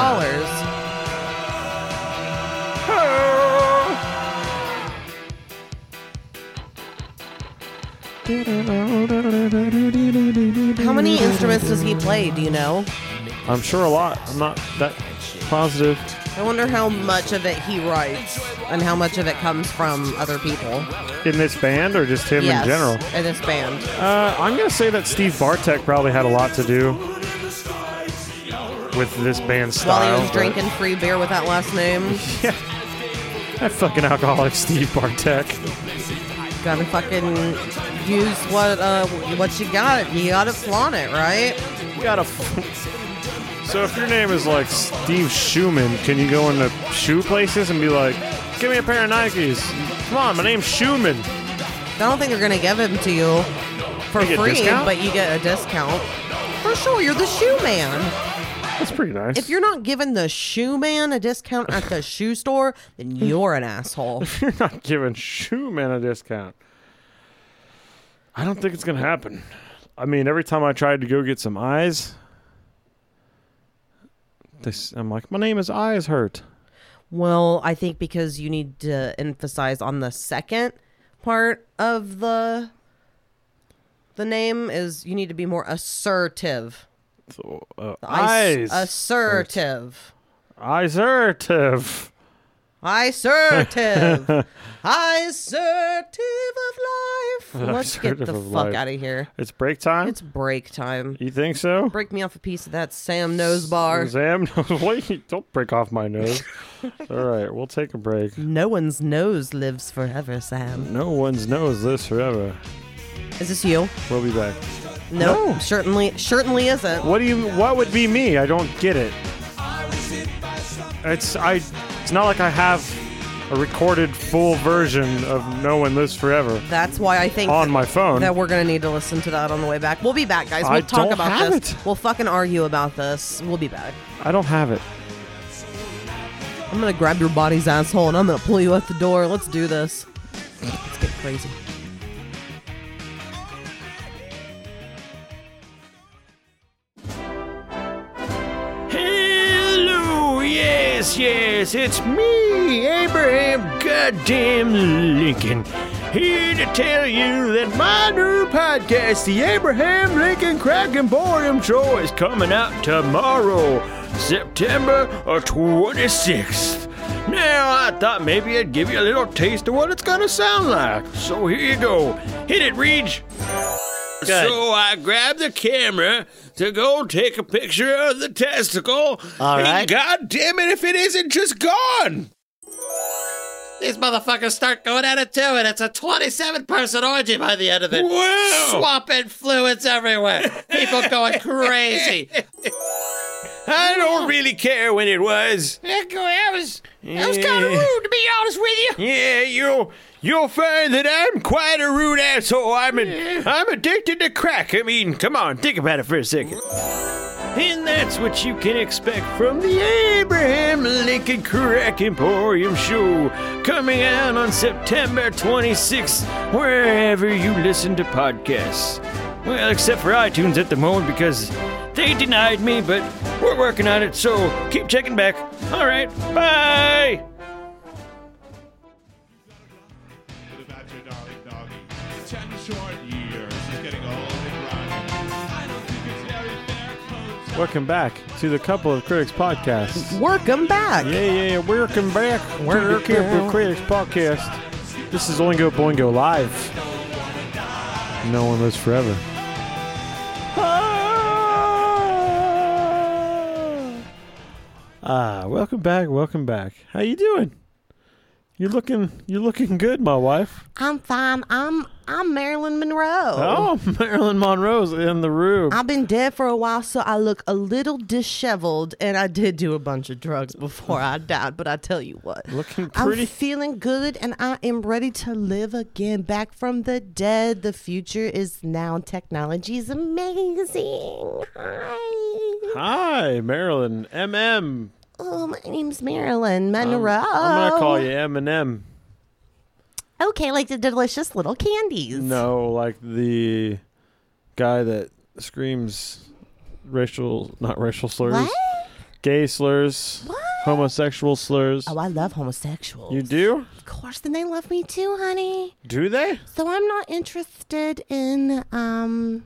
Speaker 4: How many instruments does he play? Do you know?
Speaker 1: I'm sure a lot. I'm not that positive.
Speaker 4: I wonder how much of it he writes and how much of it comes from other people.
Speaker 1: In this band or just him
Speaker 4: yes,
Speaker 1: in general?
Speaker 4: in this band.
Speaker 1: Uh, I'm going to say that Steve Bartek probably had a lot to do with this band style.
Speaker 4: While he was
Speaker 1: but-
Speaker 4: drinking free beer with that last name,
Speaker 1: That fucking alcoholic Steve Bartek.
Speaker 4: gotta fucking use what uh what you got. You gotta flaunt it, right?
Speaker 1: We got a. so if your name is like Steve Schumann, can you go into shoe places and be like, give me a pair of Nikes? Come on, my name's Schumann.
Speaker 4: I don't think they're gonna give them to you for
Speaker 1: You get
Speaker 4: free,
Speaker 1: discount?
Speaker 4: but you get a discount. For sure, you're the shoe man.
Speaker 1: That's pretty nice.
Speaker 4: If you're not giving the shoe man a discount at the shoe store, then you're an asshole.
Speaker 1: You're not giving Shoeman a discount. I don't think it's gonna happen. I mean, every time I tried to go get some eyes, they, s- I'm like, my name is Eyes Hurt.
Speaker 4: Well, I think because you need to emphasize on the second part of the The name is you need to be more assertive.
Speaker 2: So, uh,
Speaker 4: I,
Speaker 1: Eyes.
Speaker 4: assertive.
Speaker 1: Isertive.
Speaker 4: Assertive. assertive of life. Let's get the
Speaker 1: Assertive
Speaker 4: fuck
Speaker 1: of life.
Speaker 4: out of here.
Speaker 1: It's break time.
Speaker 4: It's break time.
Speaker 1: you think so?
Speaker 4: Break me off a piece of that Sam nose bar.
Speaker 1: Sam, wait, don't break off my nose. All right, we'll take a break.
Speaker 4: No one's nose lives forever, Sam.
Speaker 1: No one's nose lives forever.
Speaker 4: Is this you?
Speaker 1: We'll be back.
Speaker 4: No, certainly, certainly isn't.
Speaker 1: What do you? What would be me? I don't get it. It's I. It's not like I have a recorded full version of "No One Lives Forever"
Speaker 4: That's why I think
Speaker 1: on my phone.
Speaker 4: that we're gonna need to listen to that on the way back. We'll be back, guys. We'll
Speaker 1: I
Speaker 4: talk
Speaker 1: don't
Speaker 4: about
Speaker 1: have
Speaker 4: this.
Speaker 1: it.
Speaker 4: We'll fucking argue about this. We'll be back.
Speaker 1: I don't have it.
Speaker 4: I'm gonna grab your body's asshole and I'm gonna pull you out the door. Let's do this. Let's get crazy.
Speaker 2: Hello, yes, yes, it's me, Abraham Goddamn Lincoln, here to tell you that my new podcast, The Abraham Lincoln Crack and Boredom Show, is coming out tomorrow, September of 26th. Now, I thought maybe I'd give you a little taste of what it's gonna sound like. So here you go. Hit it, Reach. So I grabbed the camera to go take a picture of the testicle. All right. And God damn it if it isn't just gone.
Speaker 5: These motherfuckers start going at it too, and it's a 27 person orgy by the end of it.
Speaker 2: Wow.
Speaker 5: Swapping fluids everywhere. People going crazy.
Speaker 2: I don't really care when it was.
Speaker 5: that was, that
Speaker 2: was kinda rude,
Speaker 5: to be honest with you.
Speaker 2: Yeah, you'll you'll find that I'm quite a rude asshole. I'm an, I'm addicted to crack. I mean, come on, think about it for a second. And that's what you can expect from the Abraham Lincoln Crack Emporium Show, coming out on September 26th, wherever you listen to podcasts. Well, except for iTunes at the moment because they denied me, but we're working on it, so keep checking back. All right, bye!
Speaker 6: Bit about your darling doggy. It's ten short years. He's getting old and grimy. I don't think it's very fair, Coach.
Speaker 1: Welcome back to the Couple of Critics podcast.
Speaker 4: Welcome back.
Speaker 1: Yeah, yeah, yeah. Welcome back to the Couple of Critics podcast. This is Oingo Boingo live. No one lives forever. Ah, welcome back, welcome back. How you doing? You're looking, you're looking good, my wife.
Speaker 4: I'm fine. I'm I'm Marilyn Monroe.
Speaker 1: Oh, Marilyn Monroe's in the room.
Speaker 4: I've been dead for a while, so I look a little disheveled, and I did do a bunch of drugs before I died. But I tell you what,
Speaker 1: Looking
Speaker 4: I'm
Speaker 1: pretty.
Speaker 4: feeling good, and I am ready to live again, back from the dead. The future is now. Technology is amazing. Hi.
Speaker 1: Hi, Marilyn. MM.
Speaker 4: Oh, my name's Marilyn Monroe.
Speaker 1: I'm gonna call you Eminem.
Speaker 4: Okay, like the delicious little candies.
Speaker 1: No, like the guy that screams racial, not racial slurs,
Speaker 4: What?
Speaker 1: gay slurs,
Speaker 4: What?
Speaker 1: homosexual slurs.
Speaker 4: Oh, I love homosexuals.
Speaker 1: you do?
Speaker 4: Of course, then they love me too, honey.
Speaker 1: Do they?
Speaker 4: So I'm not interested in um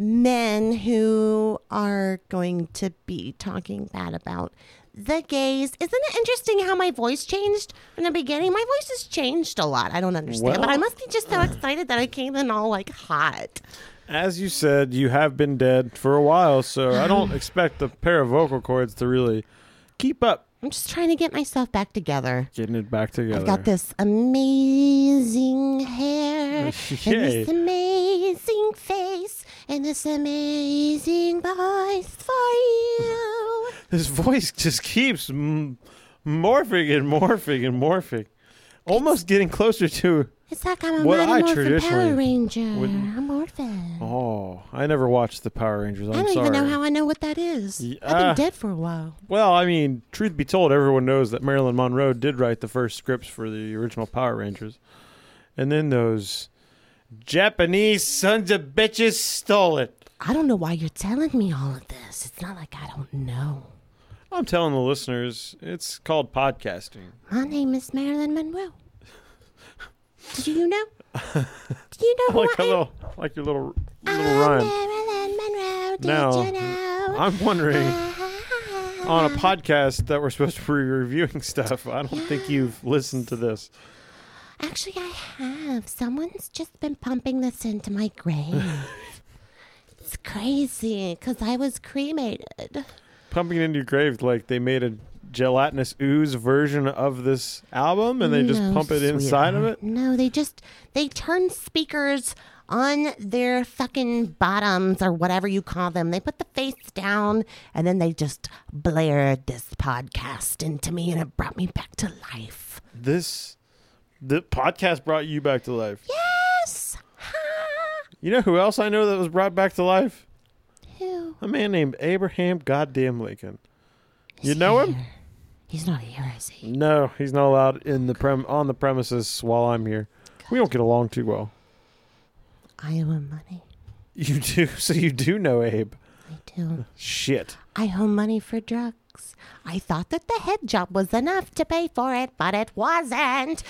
Speaker 4: men who are going to be talking bad about the gays. Isn't it interesting how my voice changed in the beginning? My voice has changed a lot. I don't understand, but I
Speaker 1: Well-
Speaker 4: must be just so excited that I came in all like hot.
Speaker 1: As you said, you have been dead for a while, so I don't expect the pair of vocal cords to really keep up
Speaker 4: I'm just trying to get myself back together.
Speaker 1: getting it back together.
Speaker 4: I've got this amazing hair and
Speaker 1: Yay.
Speaker 4: this amazing face and this amazing voice for you.
Speaker 1: His voice just keeps m- morphing and morphing and morphing, almost getting closer to.
Speaker 4: It's like I'm a
Speaker 1: What
Speaker 4: mighty
Speaker 1: I
Speaker 4: Morphin
Speaker 1: traditionally
Speaker 4: Power Ranger.
Speaker 1: would-
Speaker 4: I'm Morphin.
Speaker 1: Oh, I never watched the Power Rangers. I'm
Speaker 4: I don't
Speaker 1: sorry.
Speaker 4: even know how I know what that is.
Speaker 1: Ye-
Speaker 4: I've been
Speaker 1: ah.
Speaker 4: dead for a while.
Speaker 1: Well, I mean, truth be told, everyone knows that Marilyn Monroe did write the first scripts for the original Power Rangers. And then those Japanese sons of bitches stole it.
Speaker 4: I don't know why you're telling me all of this. It's not like I don't know.
Speaker 1: I'm telling the listeners, it's called podcasting.
Speaker 4: My name is Marilyn Monroe. Do you know? Do you know who
Speaker 1: Like a
Speaker 4: I am?
Speaker 1: little, like your little, little rhyme.
Speaker 4: Marilyn Monroe, did
Speaker 1: Now,
Speaker 4: you know?
Speaker 1: I'm wondering on a podcast that we're supposed to be reviewing stuff. I don't think you've listened to this.
Speaker 7: Actually, I have. Someone's just been pumping this into my grave. it's crazy because I was cremated.
Speaker 1: Pumping it into your grave, like they made a gelatinous ooze version of this album, and they just
Speaker 7: No,
Speaker 1: pump it inside of it.
Speaker 7: No, they just they turn speakers on their fucking bottoms or whatever you call them. They put the face down and then they just blared this podcast into me and it brought me back to life.
Speaker 1: This, the podcast brought you back to life.
Speaker 7: Yes. Ha.
Speaker 1: You know who else I know that was brought back to life?
Speaker 7: Who?
Speaker 1: A man named Abraham Goddamn Lincoln. You know him?
Speaker 7: He's not here, is he?
Speaker 1: No, he's not allowed in the prem on the premises while I'm here. We don't get along too well.
Speaker 7: I owe him money.
Speaker 1: You do, so you do know Abe.
Speaker 7: I do.
Speaker 1: Shit.
Speaker 7: I owe money for drugs. I thought that the head job was enough to pay for it, but it wasn't.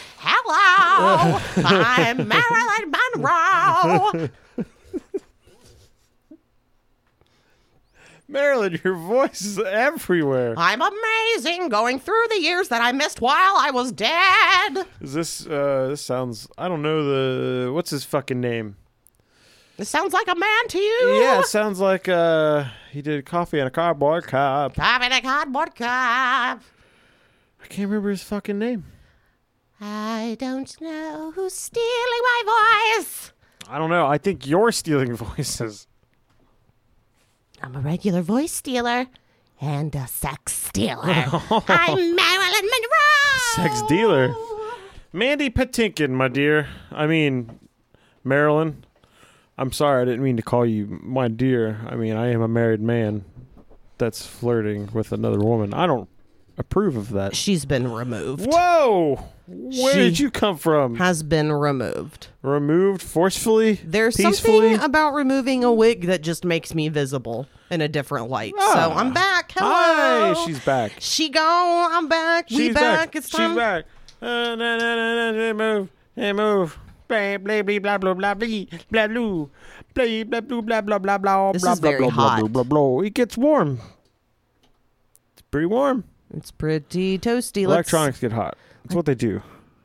Speaker 7: Hello, I'm Marilyn Monroe.
Speaker 1: Marilyn, your voice is everywhere.
Speaker 7: I'm amazing going through the years that I missed while I was dead.
Speaker 1: Is this uh this sounds I don't know the what's his fucking name?
Speaker 7: This sounds like a man to you.
Speaker 1: Yeah, it sounds like uh he did coffee on a cardboard cup.
Speaker 7: Cup in a cardboard cup.
Speaker 1: I can't remember his fucking name.
Speaker 7: I don't know who's stealing my voice.
Speaker 1: I don't know. I think you're stealing voices.
Speaker 7: I'm a regular voice stealer and a sex stealer. I'm Marilyn Monroe.
Speaker 1: Sex dealer. Mandy Patinkin, my dear. I mean Marilyn. I'm sorry, I didn't mean to call you my dear. I mean I am a married man that's flirting with another woman. I don't approve of that.
Speaker 4: She's been removed.
Speaker 1: Whoa! Where
Speaker 4: She-
Speaker 1: did you come from?
Speaker 4: Has been removed.
Speaker 1: Removed forcefully?
Speaker 4: There's
Speaker 1: peacefully?
Speaker 4: something about removing a wig that just makes me visible in a different light.
Speaker 1: Ah.
Speaker 4: So I'm back. Hello.
Speaker 1: Hi, she's back.
Speaker 4: She gone. I'm back. we
Speaker 1: she's
Speaker 4: back. It's
Speaker 1: she's
Speaker 4: time.
Speaker 1: back. Uh, na, na, na, na, na, move, na, move. Blah blah blah blah blah blah blah blah blue. Blah blah blue, blah blah blah blah
Speaker 4: This
Speaker 1: blah
Speaker 4: is
Speaker 1: blah
Speaker 4: very
Speaker 1: blah blah
Speaker 4: hot.
Speaker 1: blah blah blah. It gets warm. It's pretty warm.
Speaker 4: It's pretty toasty. Let's-
Speaker 1: Electronics get hot. That's what they do.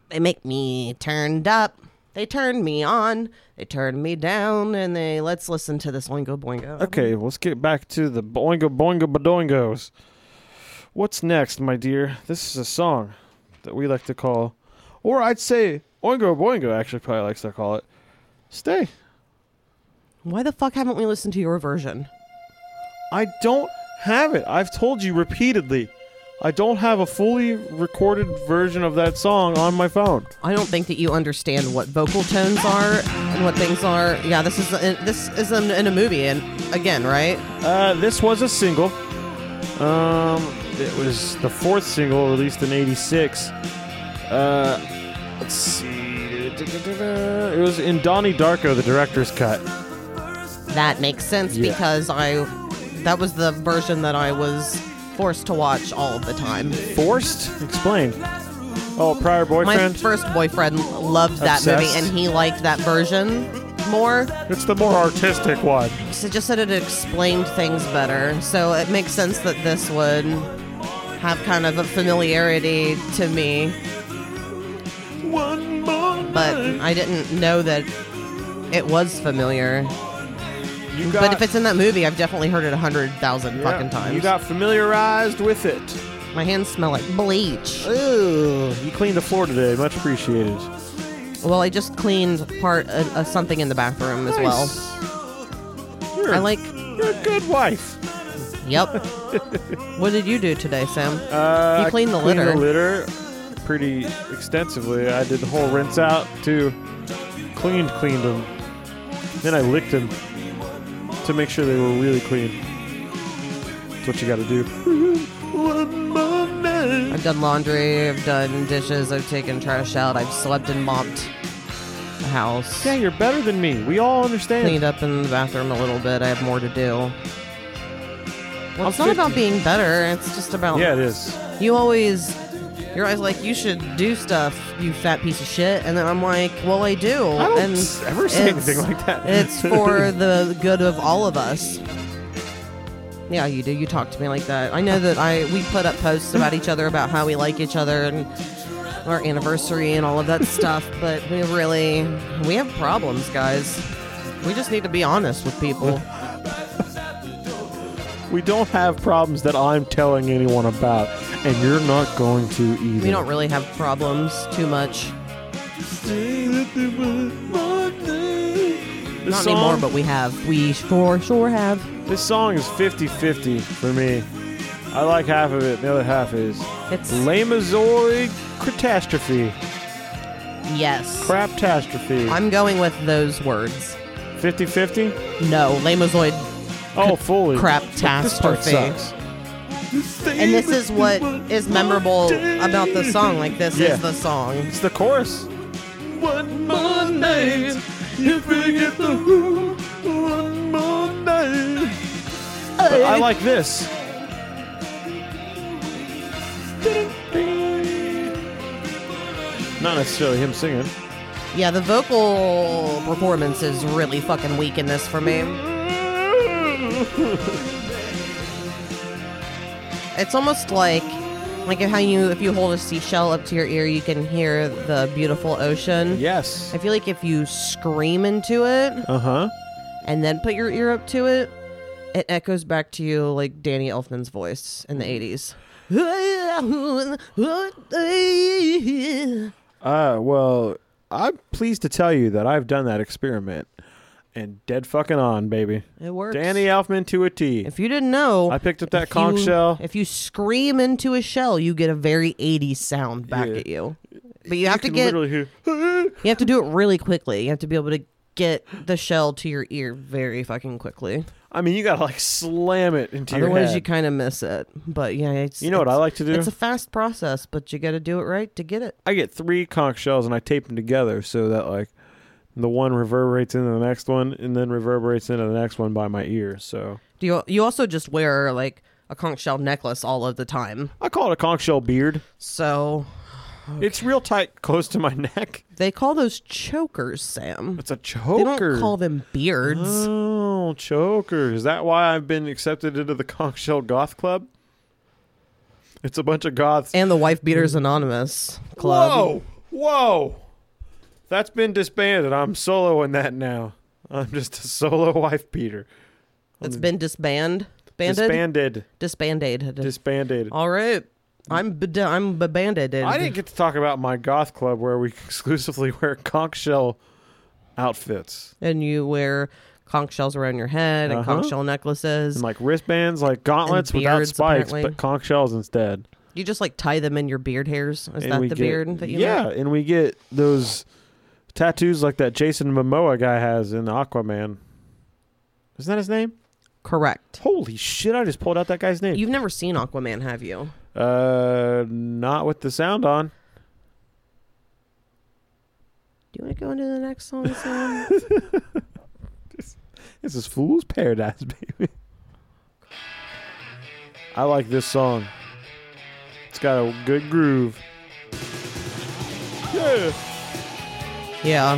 Speaker 4: They make me turned up. They turn me on. They turn me down. And they let's listen to this Oingo Boingo.
Speaker 1: Okay, let's get back to the boingo boingo badoingos. What's next, my dear? This is a song that we like to call, or I'd say oingo boingo actually probably likes to call it. Stay.
Speaker 4: Why the fuck haven't we listened to your version?
Speaker 1: I don't have it. I've told you repeatedly. I don't have a fully recorded version of that song on my phone.
Speaker 4: I don't think that you understand what vocal tones are and what things are. Yeah, this is this is in, in a movie, and again, right?
Speaker 1: Uh, this was a single. Um, it was the fourth single released in '86. Uh, let's see. It was in Donnie Darko, the director's cut.
Speaker 4: That makes sense
Speaker 1: Yeah.
Speaker 4: because I that was the version that I was forced to watch all the time.
Speaker 1: Forced? Explain. Oh, prior
Speaker 4: My
Speaker 1: boyfriend.
Speaker 4: first boyfriend loved that movie,
Speaker 1: Obsessed.
Speaker 4: and he liked that version more.
Speaker 1: it's the more artistic one.
Speaker 4: So just that it explained things better. So it makes sense that this would have kind of a familiarity to me.
Speaker 1: One more.
Speaker 4: but I didn't know that it was familiar.
Speaker 1: You
Speaker 4: But if it's in that movie, I've definitely heard it a hundred thousand
Speaker 1: Yeah,
Speaker 4: fucking times.
Speaker 1: You got familiarized with it.
Speaker 4: My hands smell like bleach.
Speaker 1: Ew. You cleaned the floor today. Much appreciated.
Speaker 4: Well, I just cleaned part of, of something in the bathroom as well.
Speaker 1: well. You're,
Speaker 4: I like.
Speaker 1: You're a good wife.
Speaker 4: Yep. what did you do today, Sam?
Speaker 1: Uh,
Speaker 4: You
Speaker 1: I
Speaker 4: cleaned the litter.
Speaker 1: the litter pretty extensively. I did the whole rinse out too. Cleaned, cleaned them. Then I licked them to make sure they were really clean. That's what you got to do. One more night.
Speaker 4: I've done laundry. I've done dishes. I've taken trash out. I've slept and mopped the house.
Speaker 1: Yeah, you're better than me. We all understand.
Speaker 4: Cleaned up in the bathroom a little bit. I have more to do. Well, it's
Speaker 1: I'm
Speaker 4: not
Speaker 1: fit-
Speaker 4: about being better. It's just about
Speaker 1: Yeah, it is.
Speaker 4: You always Your eyes like you should do stuff, you fat piece of shit. And then I'm like, well, I do.
Speaker 1: I don't
Speaker 4: and
Speaker 1: s- ever say
Speaker 4: it's-
Speaker 1: anything like that.
Speaker 4: It's for the good of all of us. Yeah, you do. You talk to me like that. I know that I we put up posts about each other about how we like each other and our anniversary and all of that stuff, but we really we have problems, guys. We just need to be honest with people.
Speaker 1: We don't have problems that I'm telling anyone about, and you're not going to either.
Speaker 4: We don't really have problems too much.
Speaker 1: The
Speaker 4: Not
Speaker 1: song,
Speaker 4: anymore, but we have. We sure sure have.
Speaker 1: this song is 50-50 for me. I like half of it. The other half is
Speaker 4: It's
Speaker 1: Lamazoid catastrophe,
Speaker 4: yes.
Speaker 1: craptastrophe.
Speaker 4: I'm going with those words.
Speaker 1: 50-50?
Speaker 4: No, lamozoid
Speaker 1: Oh, fully.
Speaker 4: crap
Speaker 1: This part
Speaker 4: catastrophe.
Speaker 1: sucks.
Speaker 4: And this is what is memorable about the song. Like this
Speaker 1: Yeah.
Speaker 4: is the song.
Speaker 1: It's the chorus. One more night, if we get the who, one more night. But I like this. Not necessarily him singing.
Speaker 4: Yeah, the vocal performance is really fucking weak in this for me. It's almost like like how you if you hold a seashell up to your ear, you can hear the beautiful ocean.
Speaker 1: Yes.
Speaker 4: I feel like if you scream into it
Speaker 1: Uh huh.
Speaker 4: and then put your ear up to it, it echoes back to you like Danny Elfman's voice in the 80s.
Speaker 1: Uh, well, I'm pleased to tell you that I've done that experiment, and dead fucking on, baby.
Speaker 4: It works.
Speaker 1: Danny Elfman to a T.
Speaker 4: If you didn't know,
Speaker 1: I picked up that
Speaker 4: if
Speaker 1: conch
Speaker 4: you-
Speaker 1: shell.
Speaker 4: If you scream into a shell, you get a very 80s sound back
Speaker 1: Yeah.
Speaker 4: at you. But you have to
Speaker 1: can
Speaker 4: get
Speaker 1: literally hear.
Speaker 4: you have to do it really quickly. You have to be able to get the shell to your ear very fucking quickly.
Speaker 1: I mean, you gotta like slam it into your
Speaker 4: Otherwise,
Speaker 1: head.
Speaker 4: you kind of miss it. But yeah, it's
Speaker 1: You know what
Speaker 4: it's-
Speaker 1: I like to do?
Speaker 4: It's a fast process, but you got to do it right to get it.
Speaker 1: I get three conch shells and I tape them together so that like the one reverberates into the next one and then reverberates into the next one by my ear. So
Speaker 4: Do you you also just wear like a conch shell necklace all of the time?
Speaker 1: I call it a conch shell beard.
Speaker 4: So
Speaker 1: It's real tight, close to my neck.
Speaker 4: they call those chokers, Sam.
Speaker 1: It's a
Speaker 4: They
Speaker 1: choker.
Speaker 4: don't call them beards.
Speaker 1: Oh, choker. Is that why I've been accepted into the conch shell goth club? It's a bunch of goths.
Speaker 4: and the wife beaters anonymous club.
Speaker 1: Whoa, whoa. That's been disbanded. I'm soloing that now. I'm just a solo wife beater.
Speaker 4: It's been disband, banded,
Speaker 1: Disbanded.
Speaker 4: disbanded.
Speaker 1: Disbanded.
Speaker 4: all right, I'm bed- I'm banded.
Speaker 1: I didn't get to talk about my goth club where we exclusively wear conch shell outfits
Speaker 4: And you wear conch shells around your head and
Speaker 1: Uh-huh.
Speaker 4: conch shell necklaces.
Speaker 1: and like wristbands, like gauntlets without
Speaker 4: beards,
Speaker 1: spikes,
Speaker 4: apparently.
Speaker 1: but conch shells instead.
Speaker 4: you just like tie them in your beard hairs. Is
Speaker 1: And
Speaker 4: that
Speaker 1: we
Speaker 4: the
Speaker 1: get-
Speaker 4: beard that you?
Speaker 1: yeah,
Speaker 4: make?
Speaker 1: and we get those tattoos like that Jason Momoa guy has in Aquaman. Isn't that his name?
Speaker 4: correct.
Speaker 1: Holy shit! I just pulled out that guy's name.
Speaker 4: You've never seen Aquaman, have you?
Speaker 1: uh, not with the sound on.
Speaker 4: Do you want to go into the next song, Sam?
Speaker 1: This is Fool's Paradise, baby. I like this song. It's got a good groove. Yeah.
Speaker 4: yeah,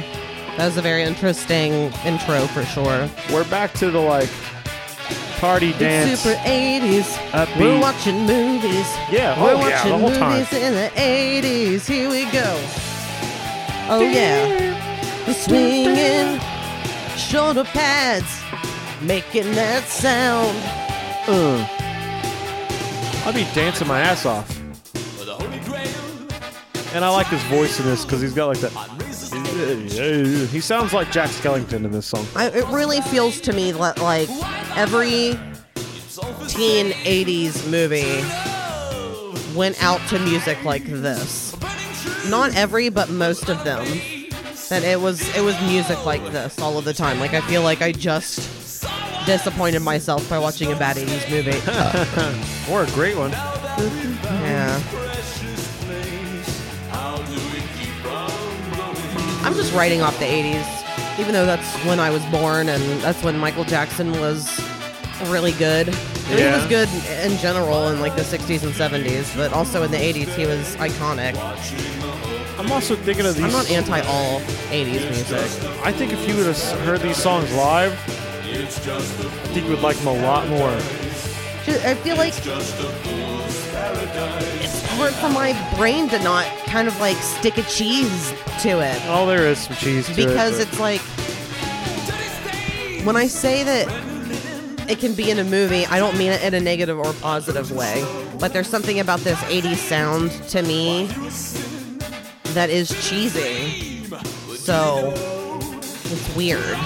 Speaker 4: that was a very interesting intro for sure.
Speaker 1: We're back to the like party dance.
Speaker 4: It's super 80s.
Speaker 1: upbeat.
Speaker 4: We're watching movies.
Speaker 1: Yeah,
Speaker 4: We're
Speaker 1: oh yeah,
Speaker 4: watching
Speaker 1: the whole time.
Speaker 4: movies in the 80s. Here we go. Oh, yeah. We're swinging shoulder pads, making that sound.
Speaker 1: Uh. I'll be dancing my ass off. And I like his voice in this because he's got like that. He sounds like Jack Skellington in this song.
Speaker 4: I, it really feels to me li- like every teen 80s movie went out to music like this. Not every, but most of them. That it was it was music like this all of the time. Like I feel like I just disappointed myself by watching a bad 80s movie.
Speaker 1: Or a great one.
Speaker 4: yeah. I'm just writing off the 80s, even though that's when I was born and that's when Michael Jackson was really good. I mean,
Speaker 1: Yeah.
Speaker 4: He was good in general in like the 60s and 70s, but also in the 80s he was iconic.
Speaker 1: I'm also thinking of these.
Speaker 4: I'm not anti all 80s music.
Speaker 1: I think if you would have s- heard these songs live, I think you would like them a lot more.
Speaker 4: Ju- I feel like it's hard for my brain to not kind of like stick a cheese to it.
Speaker 1: Oh, there is some cheese to it,
Speaker 4: because
Speaker 1: but-
Speaker 4: it's like when I say that it can be in a movie, I don't mean it in a negative or positive way. But there's something about this 80s sound to me that is cheesy. So it's weird.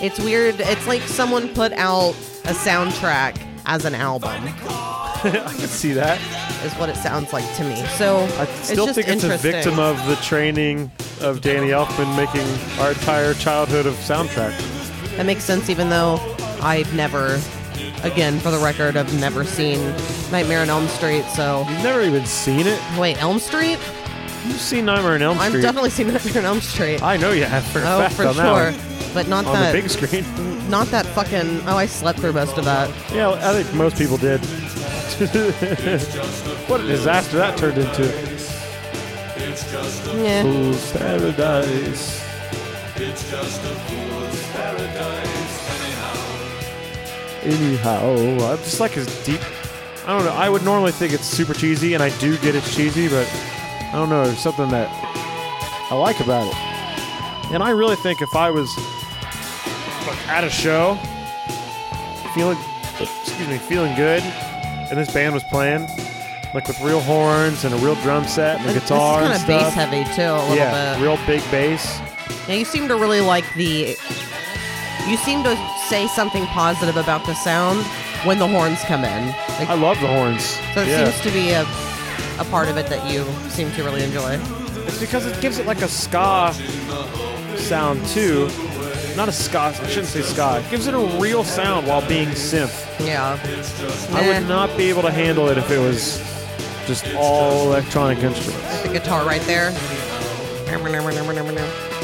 Speaker 4: It's weird. It's like someone put out a soundtrack as an album
Speaker 1: I can see that.
Speaker 4: is what it sounds like to me. So
Speaker 1: I still
Speaker 4: it's just
Speaker 1: think it's a
Speaker 4: interesting.
Speaker 1: victim of the training of Danny Elfman making our entire childhood of soundtrack.
Speaker 4: That makes sense, even though I've never, again, for the record, I've never seen Nightmare on Elm Street. So,
Speaker 1: You've never even seen it.
Speaker 4: wait, Elm Street?
Speaker 1: You've seen Nightmare on Elm
Speaker 4: I've
Speaker 1: Street.
Speaker 4: definitely seen Nightmare on Elm Street.
Speaker 1: I know you have for a
Speaker 4: oh,
Speaker 1: fact
Speaker 4: for
Speaker 1: on
Speaker 4: sure.
Speaker 1: that one.
Speaker 4: But not
Speaker 1: on the
Speaker 4: that,
Speaker 1: big screen.
Speaker 4: not that fucking. Oh, I slept through most of that.
Speaker 1: Yeah, I think most people did. what a disaster that turned into.
Speaker 4: Yeah.
Speaker 1: Fool's paradise. Anyhow, I just like his deep. I don't know. I would normally think it's super cheesy, and I do get it's cheesy, but I don't know. There's something that I like about it. And I really think if I was like, at a show, feeling, excuse me, feeling good, and this band was playing, like with real horns and a real drum set and a
Speaker 4: This is
Speaker 1: guitar
Speaker 4: kind
Speaker 1: and
Speaker 4: of
Speaker 1: stuff.
Speaker 4: bass heavy too, a little
Speaker 1: yeah,
Speaker 4: bit.
Speaker 1: real big bass.
Speaker 4: Yeah, you seem to really like the. You seem to say something positive about the sound when the horns come in. Like,
Speaker 1: I love the horns.
Speaker 4: so it
Speaker 1: yeah.
Speaker 4: seems to be a, a part of it that you seem to really enjoy.
Speaker 1: It's because it gives it like a ska sound too. Not a ska. I shouldn't say ska. It gives it a real sound while being synth.
Speaker 4: Yeah.
Speaker 1: I
Speaker 4: Eh.
Speaker 1: would not be able to handle it if it was just all electronic instruments.
Speaker 4: the guitar right there.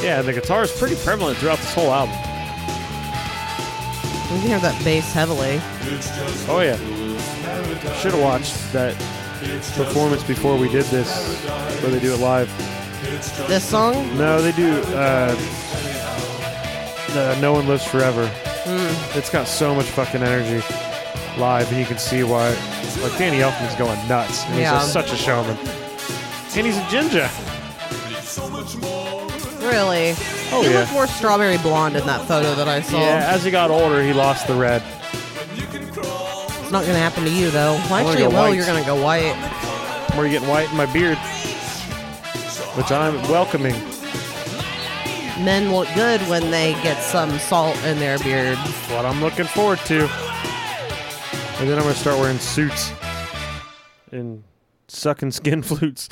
Speaker 1: Yeah, and the guitar is pretty prevalent throughout this whole album.
Speaker 4: You can hear that bass heavily.
Speaker 1: Oh yeah. Should have watched that performance before we did this, where they do it live.
Speaker 4: This song,
Speaker 1: No, they do. Uh, uh, no one lives forever. It's got so much fucking energy live, and you can see why. Like Danny Elfman's going nuts. And
Speaker 4: Yeah.
Speaker 1: He's just such a showman, and he's a ginger.
Speaker 4: really.
Speaker 1: Oh
Speaker 4: he
Speaker 1: yeah.
Speaker 4: looked more strawberry blonde in that photo that I saw.
Speaker 1: yeah, as he got older, he lost the red.
Speaker 4: It's not gonna happen to you though. Well,
Speaker 1: wanna
Speaker 4: actually,
Speaker 1: go
Speaker 4: well,
Speaker 1: white.
Speaker 4: you're gonna go white.
Speaker 1: I'm already getting white in my beard, which I'm welcoming.
Speaker 4: Men look good when they get some salt in their beard.
Speaker 1: What I'm looking forward to. And then I'm gonna start wearing suits and sucking skin flutes.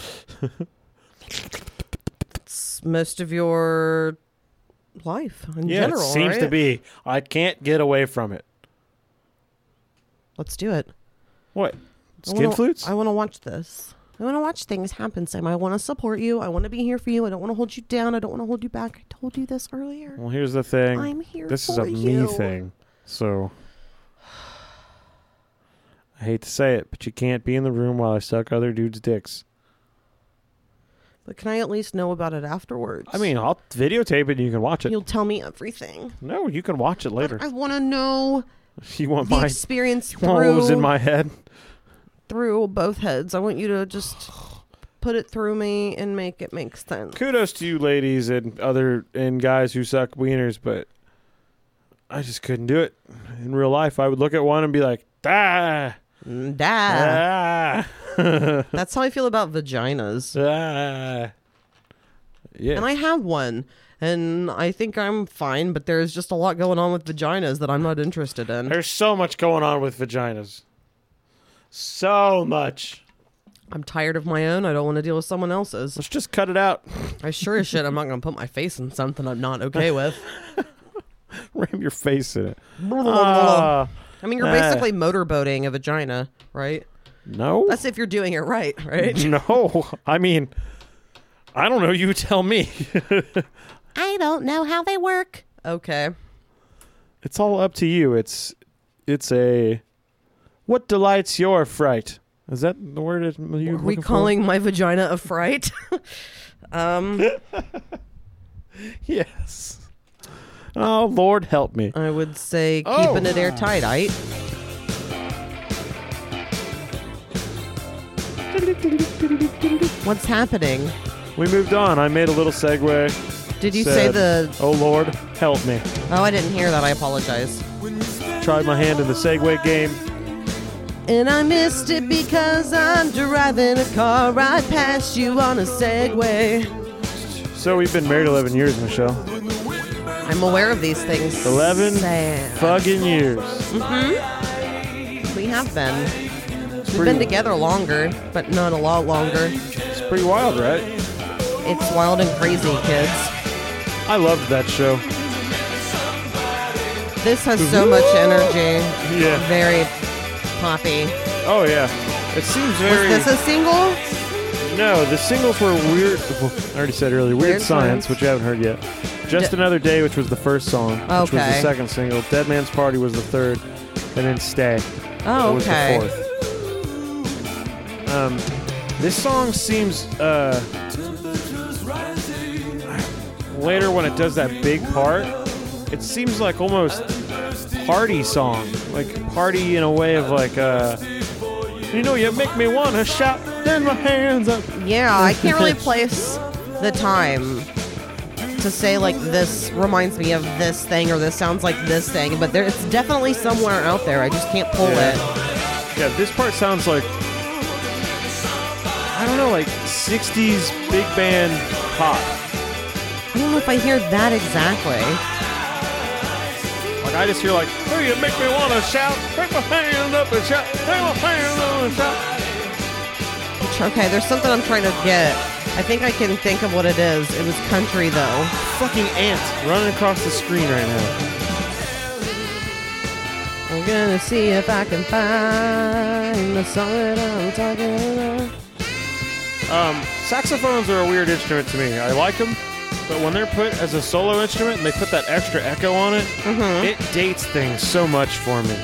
Speaker 4: It's most of your life in
Speaker 1: yeah,
Speaker 4: general.
Speaker 1: it seems to
Speaker 4: right?
Speaker 1: be. I can't get away from it.
Speaker 4: Let's do it.
Speaker 1: What?
Speaker 4: I
Speaker 1: Skin
Speaker 4: wanna-
Speaker 1: flutes?
Speaker 4: I want to watch this. I want to watch things happen, Sam. I want to support you. I want to be here for you. I don't want to hold you down. I don't want to hold you back. I told you this earlier.
Speaker 1: well, here's the thing.
Speaker 4: I'm here
Speaker 1: this is
Speaker 4: for
Speaker 1: a me
Speaker 4: you.
Speaker 1: thing. So I hate to say it, but you can't be in the room while I suck other dudes' dicks.
Speaker 4: But can I at least know about it afterwards?
Speaker 1: I mean, I'll videotape it and you can watch it.
Speaker 4: you'll tell me everything.
Speaker 1: no, you can watch it later.
Speaker 4: I want to know
Speaker 1: you want
Speaker 4: the
Speaker 1: my
Speaker 4: experience
Speaker 1: you want what was
Speaker 4: through
Speaker 1: in my head?
Speaker 4: through both heads. I want you to just put it through me and make it make sense.
Speaker 1: Kudos to you ladies and other and guys who suck wieners, but I just couldn't do it. In real life, I would look at one and be like, ah,
Speaker 4: Mm, da.
Speaker 1: ah,
Speaker 4: That's how I feel about vaginas.
Speaker 1: ah. Yeah.
Speaker 4: And I have one. And I think I'm fine, but there's just a lot going on with vaginas that I'm not interested in.
Speaker 1: There's so much going on with vaginas. So much.
Speaker 4: I'm tired of my own. I don't want to deal with someone else's.
Speaker 1: Let's just cut it out.
Speaker 4: I sure as shit, I'm not going to put my face in something I'm not okay with.
Speaker 1: Ram your face in it. Ah,
Speaker 4: I mean, you're
Speaker 1: Ah.
Speaker 4: basically motorboating a vagina, right?
Speaker 1: no.
Speaker 4: That's if you're doing it right, right?
Speaker 1: no. I mean, I don't know. You tell me.
Speaker 7: I don't know how they work.
Speaker 4: okay.
Speaker 1: it's all up to you. It's it's a What delights your fright? Is that the word that you
Speaker 4: we calling my vagina a fright? um,
Speaker 1: Yes. Oh Lord, help me.
Speaker 4: I would say keeping
Speaker 1: Oh.
Speaker 4: it airtight. Right? What's happening?
Speaker 1: We moved on. I made a little segue.
Speaker 4: Did you say
Speaker 1: Said,
Speaker 4: the?
Speaker 1: Oh Lord, help me.
Speaker 4: Oh, I didn't hear that. I apologize.
Speaker 1: Tried my hand in the segue game.
Speaker 4: And I missed it because I'm driving a car right past you on a Segway.
Speaker 1: So we've been married 11 years, Michelle.
Speaker 4: I'm aware of these things.
Speaker 1: 11
Speaker 4: Sad.
Speaker 1: fucking years.
Speaker 4: We have been. We've
Speaker 1: pretty-
Speaker 4: been together longer, but not a lot longer.
Speaker 1: It's pretty wild, right?
Speaker 4: It's wild and crazy, kids.
Speaker 1: I loved that show.
Speaker 4: This has so much energy.
Speaker 1: Mhm. Yeah.
Speaker 4: Very poppy.
Speaker 1: Oh yeah. It seems very.
Speaker 4: Is this a single?
Speaker 1: No, the singles were weird. well, I already said earlier, weird,
Speaker 4: Weird
Speaker 1: science,
Speaker 4: Science.
Speaker 1: which you haven't heard yet. Just
Speaker 4: D-
Speaker 1: another day, which was the first song, which was the
Speaker 4: Okay.
Speaker 1: second single. Dead Man's Party was the third, and then Stay
Speaker 4: Oh,
Speaker 1: was
Speaker 4: okay.
Speaker 1: the fourth. Um, this song seems uh, later when it does that big part, it seems like almost party song, like party in a way of like uh, you know, you make me wanna shout, then my hands Uh, up.
Speaker 4: Yeah, I can't really place the time to say like this reminds me of this thing or this sounds like this thing, but there it's definitely somewhere out there. I just can't pull
Speaker 1: Yeah.
Speaker 4: it.
Speaker 1: Yeah, this part sounds like I don't know, like '60s big band pop.
Speaker 4: I don't know if I hear that exactly.
Speaker 1: Like I just hear like, "Hey, you make me wanna shout, take my hand up and shout, take my hand up and shout."
Speaker 4: Which- Okay, there's something I'm trying to get. I think I can think of what it is. It was country though.
Speaker 1: Fucking ants running across the screen right now.
Speaker 4: I'm gonna see if I can find the song that I'm talking about.
Speaker 1: Um, saxophones are a weird instrument to me. I like them, but when they're put as a solo instrument and they put that extra echo on it, it dates things so much for me.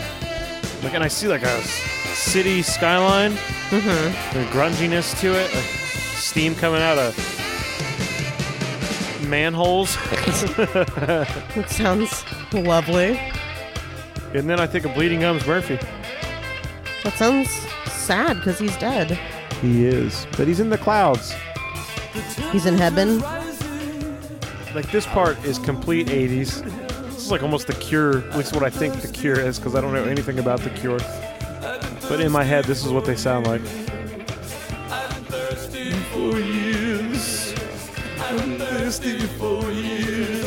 Speaker 1: Like, and I see like a s- city skyline, the grunginess to it, like steam coming out of manholes,
Speaker 4: It sounds lovely.
Speaker 1: and then I think of Bleeding Gums Murphy.
Speaker 4: That sounds sad because he's dead.
Speaker 1: He is, but he's in the clouds.
Speaker 4: He's in heaven.
Speaker 1: Like this part is complete '80s. This is like almost the Cure, at least what I think the Cure is, because I don't know anything about the Cure. But in my head, this is what they sound like.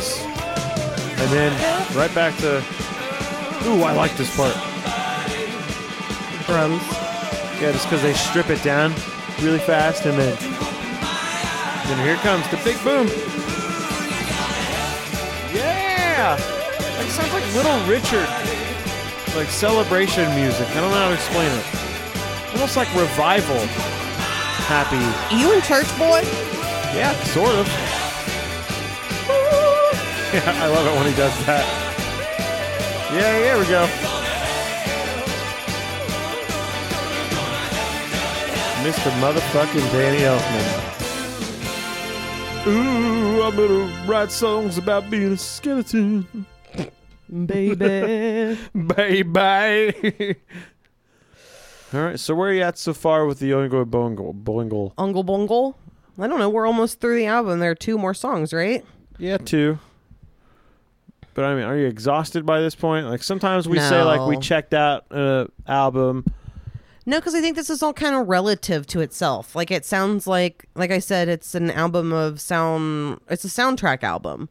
Speaker 1: And then right back to, ooh, I like this part.
Speaker 4: Drums.
Speaker 1: Yeah, just because they strip it down really fast, and then then here comes the big boom. Yeah, like sounds like Little Richard, like celebration music. I don't know how to explain it. Almost like revival, happy.
Speaker 4: You in church, boy?
Speaker 1: Yeah, sort of. Yeah, I love it when he does that. Yeah, here we go. Mr. Motherfucking Danny Elfman. Ooh, I'm gonna write songs about being a skeleton,
Speaker 4: Baby.
Speaker 1: baby. All right, so where are you at so far with the Oingo Boingo? Boingo.
Speaker 4: Ungle Bungle. I don't know. We're almost through the album. There are two more songs, right?
Speaker 1: Yeah, two. But I mean, are you exhausted by this point? Like sometimes we say like we
Speaker 4: No.
Speaker 1: checked out an album.
Speaker 4: No, because I think this is all kind of relative to itself. Like it sounds like, like I said, it's an album of sound. It's a soundtrack album,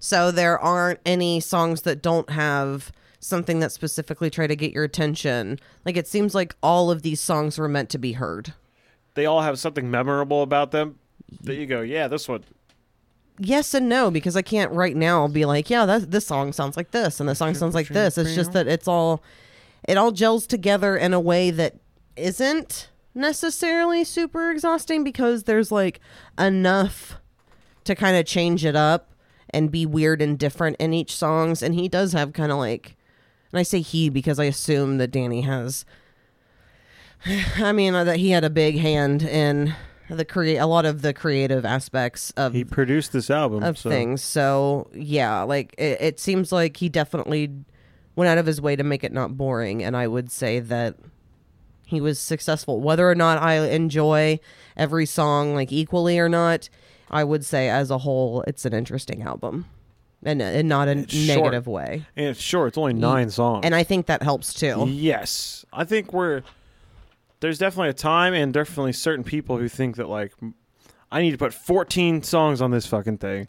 Speaker 4: so there aren't any songs that don't have something that specifically try to get your attention. Like it seems like all of these songs were meant to be heard.
Speaker 1: They all have something memorable about them. That you go, yeah, this one.
Speaker 4: Yes and no, because I can't right now be like, yeah, that this song sounds like this and this song sounds like this. It's just that it's all, it all gels together in a way that isn't necessarily super exhausting because there's like enough to kind of change it up and be weird and different in each songs and he does have kind of like and I say he because I assume that Danny has I mean uh, that he had a big hand in the create a lot of the creative aspects of
Speaker 1: He produced this album.
Speaker 4: of
Speaker 1: so.
Speaker 4: things. So yeah, like it, it seems like he definitely went out of his way to make it not boring, and I would say that he was successful. Whether or not I enjoy every song like equally or not, I would say as a whole, it's an interesting album, and and not a
Speaker 1: short.
Speaker 4: negative way.
Speaker 1: And it's short. It's only nine songs.
Speaker 4: And I think that helps too.
Speaker 1: Yes, I think we're there's definitely a time and definitely certain people who think that like m- I need to put 14 songs on this fucking thing,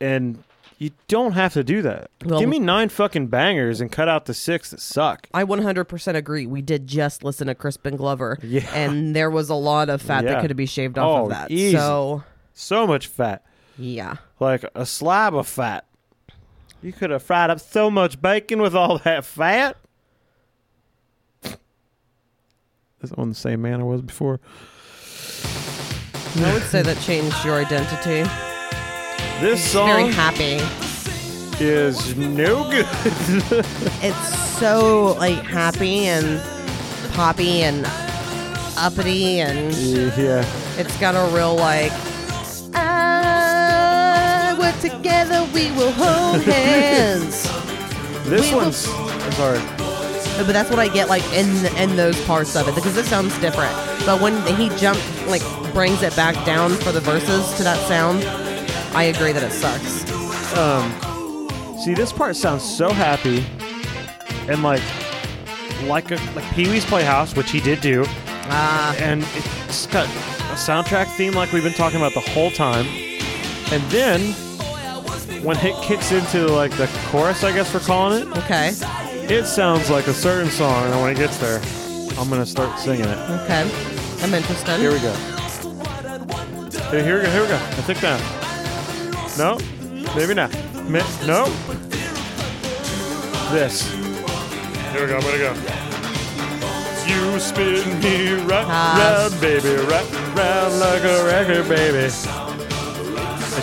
Speaker 1: and you don't have to do that.
Speaker 4: Well-
Speaker 1: Give me nine fucking bangers and cut out the six that suck.
Speaker 4: I 100% agree. We did just listen to Crispin Glover,
Speaker 1: Yeah.
Speaker 4: and there was a lot of fat
Speaker 1: Yeah.
Speaker 4: that could be shaved off
Speaker 1: Oh,
Speaker 4: of that.
Speaker 1: easy.
Speaker 4: So,
Speaker 1: So much fat,
Speaker 4: yeah.
Speaker 1: like a slab of fat. You could have fried up so much bacon with all that fat. Is that one the same man I was before?
Speaker 4: I would say that changed your identity.
Speaker 1: This
Speaker 4: Very
Speaker 1: song
Speaker 4: happy.
Speaker 1: is no good.
Speaker 4: It's so like happy and poppy and uppity, and
Speaker 1: yeah.
Speaker 4: it's got a real like. Ah, we're together, we will hold hands.
Speaker 1: This
Speaker 4: We will-
Speaker 1: one's. I'm sorry.
Speaker 4: but that's what I get like in in those parts of it because it sounds different. But when he jumps, like brings it back down for the verses to that sound, I agree that it sucks.
Speaker 1: See, this part sounds so happy, and like, like a like Pee Wee's Playhouse, which he did do,
Speaker 4: Ah,
Speaker 1: and it's got a soundtrack theme like we've been talking about the whole time. And then when it kicks into like the chorus, I guess we're calling it,
Speaker 4: okay,
Speaker 1: it sounds like a certain song. And when it gets there, I'm gonna start singing it.
Speaker 4: okay, I'm interested.
Speaker 1: Here we go. Here, here we go. Here we go. I think that. No, maybe not. Mi- no. This. Here we go. I'm gonna go. You spin me right
Speaker 4: Pass.
Speaker 1: round, baby, right round like a record, baby. It's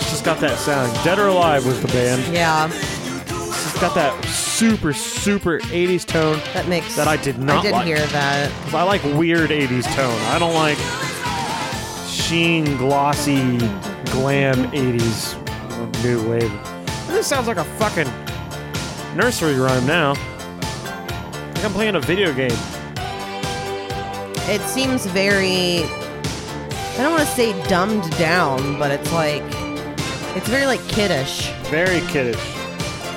Speaker 1: just got that sound. Dead or Alive was the band.
Speaker 4: Yeah,
Speaker 1: It's just got that super, super 80s tone.
Speaker 4: that makes
Speaker 1: That I did not
Speaker 4: I did
Speaker 1: like.
Speaker 4: hear that.
Speaker 1: 'Cause I like weird 80s tone. I don't like sheen, glossy, glam 80s new wave. This sounds like a fucking nursery rhyme now. Like I'm playing a video game.
Speaker 4: It seems very. I don't want to say dumbed down, but it's like it's very like kiddish.
Speaker 1: Very kiddish.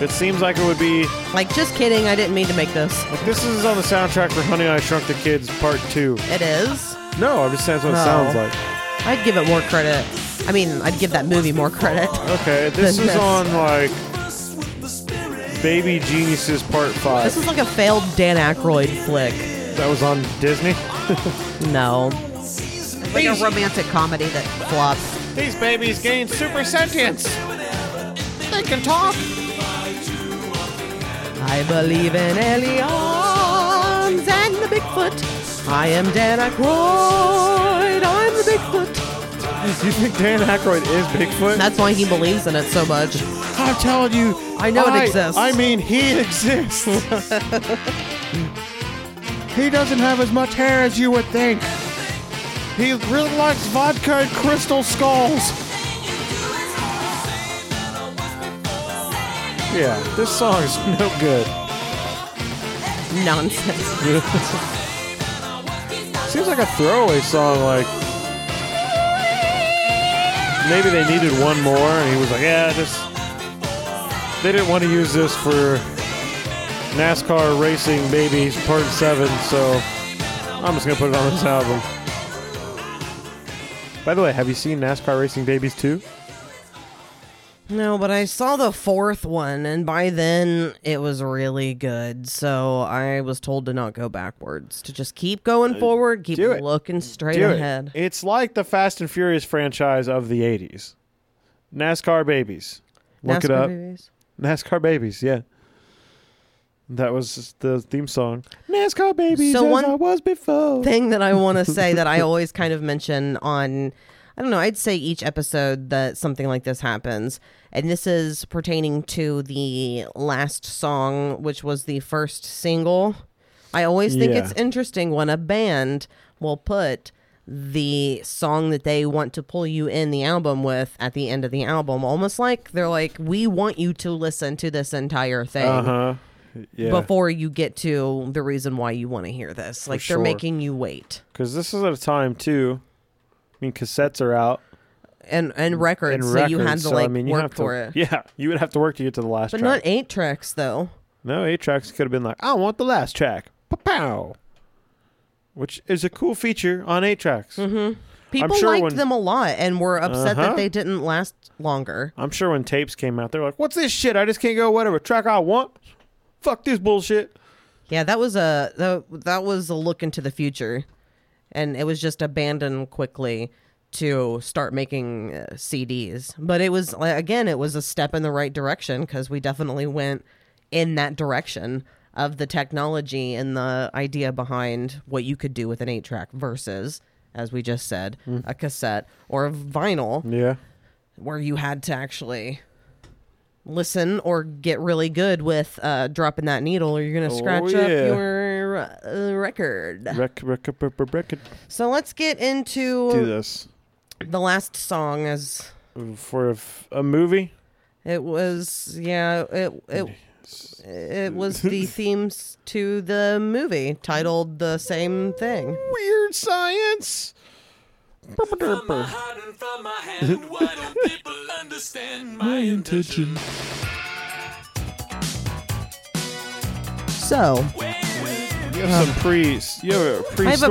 Speaker 1: It seems like it would be
Speaker 4: Like just kidding, I didn't mean to make this.
Speaker 1: like this is on the soundtrack for Honey I Shrunk the Kids Part Two.
Speaker 4: It is.
Speaker 1: No, I'm just saying that's what it
Speaker 4: No.
Speaker 1: sounds like.
Speaker 4: I'd give it more credit. I mean, I'd give that movie more credit.
Speaker 1: Okay, this
Speaker 4: Then
Speaker 1: is
Speaker 4: this.
Speaker 1: on like Baby Geniuses Part Five.
Speaker 4: This is like a failed Dan Aykroyd flick.
Speaker 1: that was on Disney.
Speaker 4: No. It's like a romantic comedy that flops.
Speaker 1: These babies gain super sentience. They can talk.
Speaker 4: I believe in aliens and the Bigfoot. I am Dan Aykroyd. I'm the Bigfoot.
Speaker 1: You think Dan Aykroyd is Bigfoot?
Speaker 4: That's why he believes in it so much.
Speaker 1: I'm telling you.
Speaker 4: I know it exists.
Speaker 1: I mean, he exists. he doesn't have as much hair as you would think. He really likes vodka and crystal skulls. Yeah, this song is no good.
Speaker 4: Nonsense.
Speaker 1: Seems like a throwaway song. Like maybe they needed one more, and he was like, "Yeah, just they didn't want to use this for NASCAR racing babies part seven, so I'm just gonna put it on this album." By the way, have you seen NASCAR Racing Babies 2?
Speaker 4: No, but I saw the fourth one, and by then it was really good. So I was told to not go backwards, to just keep going forward, keep
Speaker 1: Uh, do it.
Speaker 4: looking straight ahead.
Speaker 1: It's like the Fast and Furious franchise of the 80s. NASCAR Babies. Look it
Speaker 4: NASCAR
Speaker 1: up.
Speaker 4: movies.
Speaker 1: NASCAR Babies, yeah. That was the theme song. NASCAR Babies
Speaker 4: So
Speaker 1: as
Speaker 4: one-
Speaker 1: I was before.
Speaker 4: Thing that I want to say that I always kind of mention on, I don't know, I'd say each episode that something like this happens. And this is pertaining to the last song, which was the first single I always think
Speaker 1: Yeah.
Speaker 4: it's interesting when a band will put the song that they want to pull you in the album with at the end of the album, almost like they're like, "We want you to listen to this entire thing."
Speaker 1: huh. Uh-huh, Yeah.
Speaker 4: Before you get to the reason why you want to hear this, like
Speaker 1: sure.
Speaker 4: they're making you wait,
Speaker 1: Because this is at a time too. I mean, cassettes are out
Speaker 4: and and records,
Speaker 1: and
Speaker 4: so
Speaker 1: records.
Speaker 4: you had to
Speaker 1: so,
Speaker 4: like
Speaker 1: I mean, you
Speaker 4: work
Speaker 1: have to,
Speaker 4: for it.
Speaker 1: Yeah, you would have to work to get to the last
Speaker 4: But not
Speaker 1: track.
Speaker 4: eight tracks though.
Speaker 1: no, eight tracks could have been like, I want the last track. Pow. Which is a cool feature on eight tracks.
Speaker 4: People
Speaker 1: sure
Speaker 4: liked
Speaker 1: when-
Speaker 4: them a lot and were upset
Speaker 1: Uh-huh.
Speaker 4: that they didn't last longer.
Speaker 1: I'm sure when tapes came out, they're like, "What's this shit? I just can't go whatever track I want. Fuck this bullshit."
Speaker 4: Yeah, that was a that, that was a look into the future, and it was just abandoned quickly to start making uh, CDs. But it was like, again, it was a step in the right direction because we definitely went in that direction of the technology and the idea behind what you could do with an eight track versus, as we just said, a cassette or a vinyl
Speaker 1: Hmm. Yeah.
Speaker 4: where you had to actually listen or get really good with uh, dropping that needle or you're going to scratch
Speaker 1: Oh,
Speaker 4: up
Speaker 1: yeah.
Speaker 4: your uh, record.
Speaker 1: Rec- rec- rec- rec- rec- rec-
Speaker 4: So let's get
Speaker 1: do
Speaker 4: into
Speaker 1: this
Speaker 4: the last song as
Speaker 1: for a, f- a movie.
Speaker 4: it was yeah, it it it was the themes to the movie titled the same thing.
Speaker 1: Weird science.
Speaker 6: From my heart and from my hand, why don't people understand my intention?
Speaker 4: So,
Speaker 1: You have some pre. You have a pre.
Speaker 4: I have a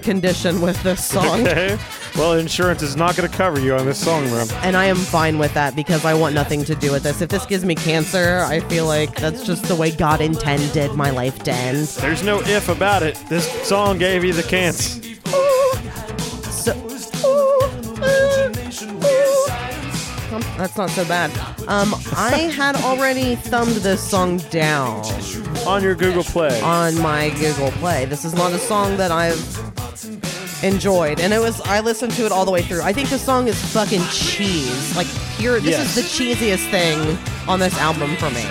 Speaker 4: condition with this song
Speaker 1: Okay. Well, insurance is not going to cover you on this song, man.
Speaker 4: and I am fine with that because I want nothing to do with this. If this gives me cancer, I feel like that's just the way God intended my life to end.
Speaker 1: There's no if about it. This song gave you the chance.
Speaker 4: So, Ooh, uh, ooh. Um, that's not so bad. Um, I had already thumbed this song down
Speaker 1: On your Google Play.
Speaker 4: on my Google Play. This is not a song that I've enjoyed, and it was I listened to it all the way through. I think the song is fucking cheese. Like pure. This
Speaker 1: Yes.
Speaker 4: is the cheesiest thing on this album for me.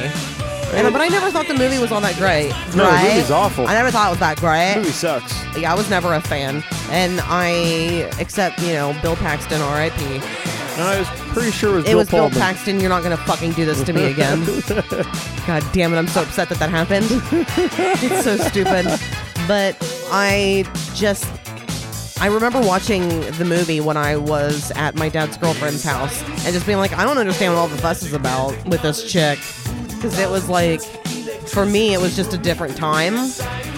Speaker 4: And, but I never thought the movie was all that great.
Speaker 1: No, the
Speaker 4: right?
Speaker 1: movie's awful.
Speaker 4: I never thought it was that great.
Speaker 1: movie sucks.
Speaker 4: Yeah, I was never a fan, and I except you know Bill Paxton, R.I.P.
Speaker 1: And I was pretty sure it was
Speaker 4: It
Speaker 1: Bill
Speaker 4: was Bill
Speaker 1: Pullman.
Speaker 4: Paxton. You're not gonna fucking do this to me again. God damn it! I'm so upset that that happened. it's so stupid. But I just I remember watching the movie when I was at my dad's girlfriend's house and just being like, I don't understand what all the fuss is about with this chick because it was like for me it was just a different time.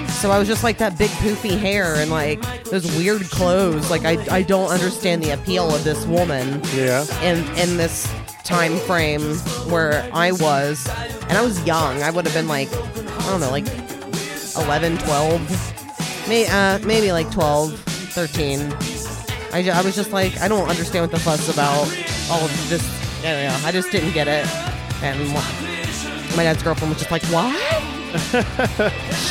Speaker 4: So I was just like that big poofy hair and like those weird clothes. Like I, I don't understand the appeal of this woman
Speaker 1: Yeah.
Speaker 4: in in this time frame where I was and I was young. I would have been like I don't know, like 11, 12. May, uh, maybe like 12, 13. I, ju- I was just like I don't understand what the fuss about all of this. I don't know. I just didn't get it. And wh- my dad's girlfriend was just like, "What?"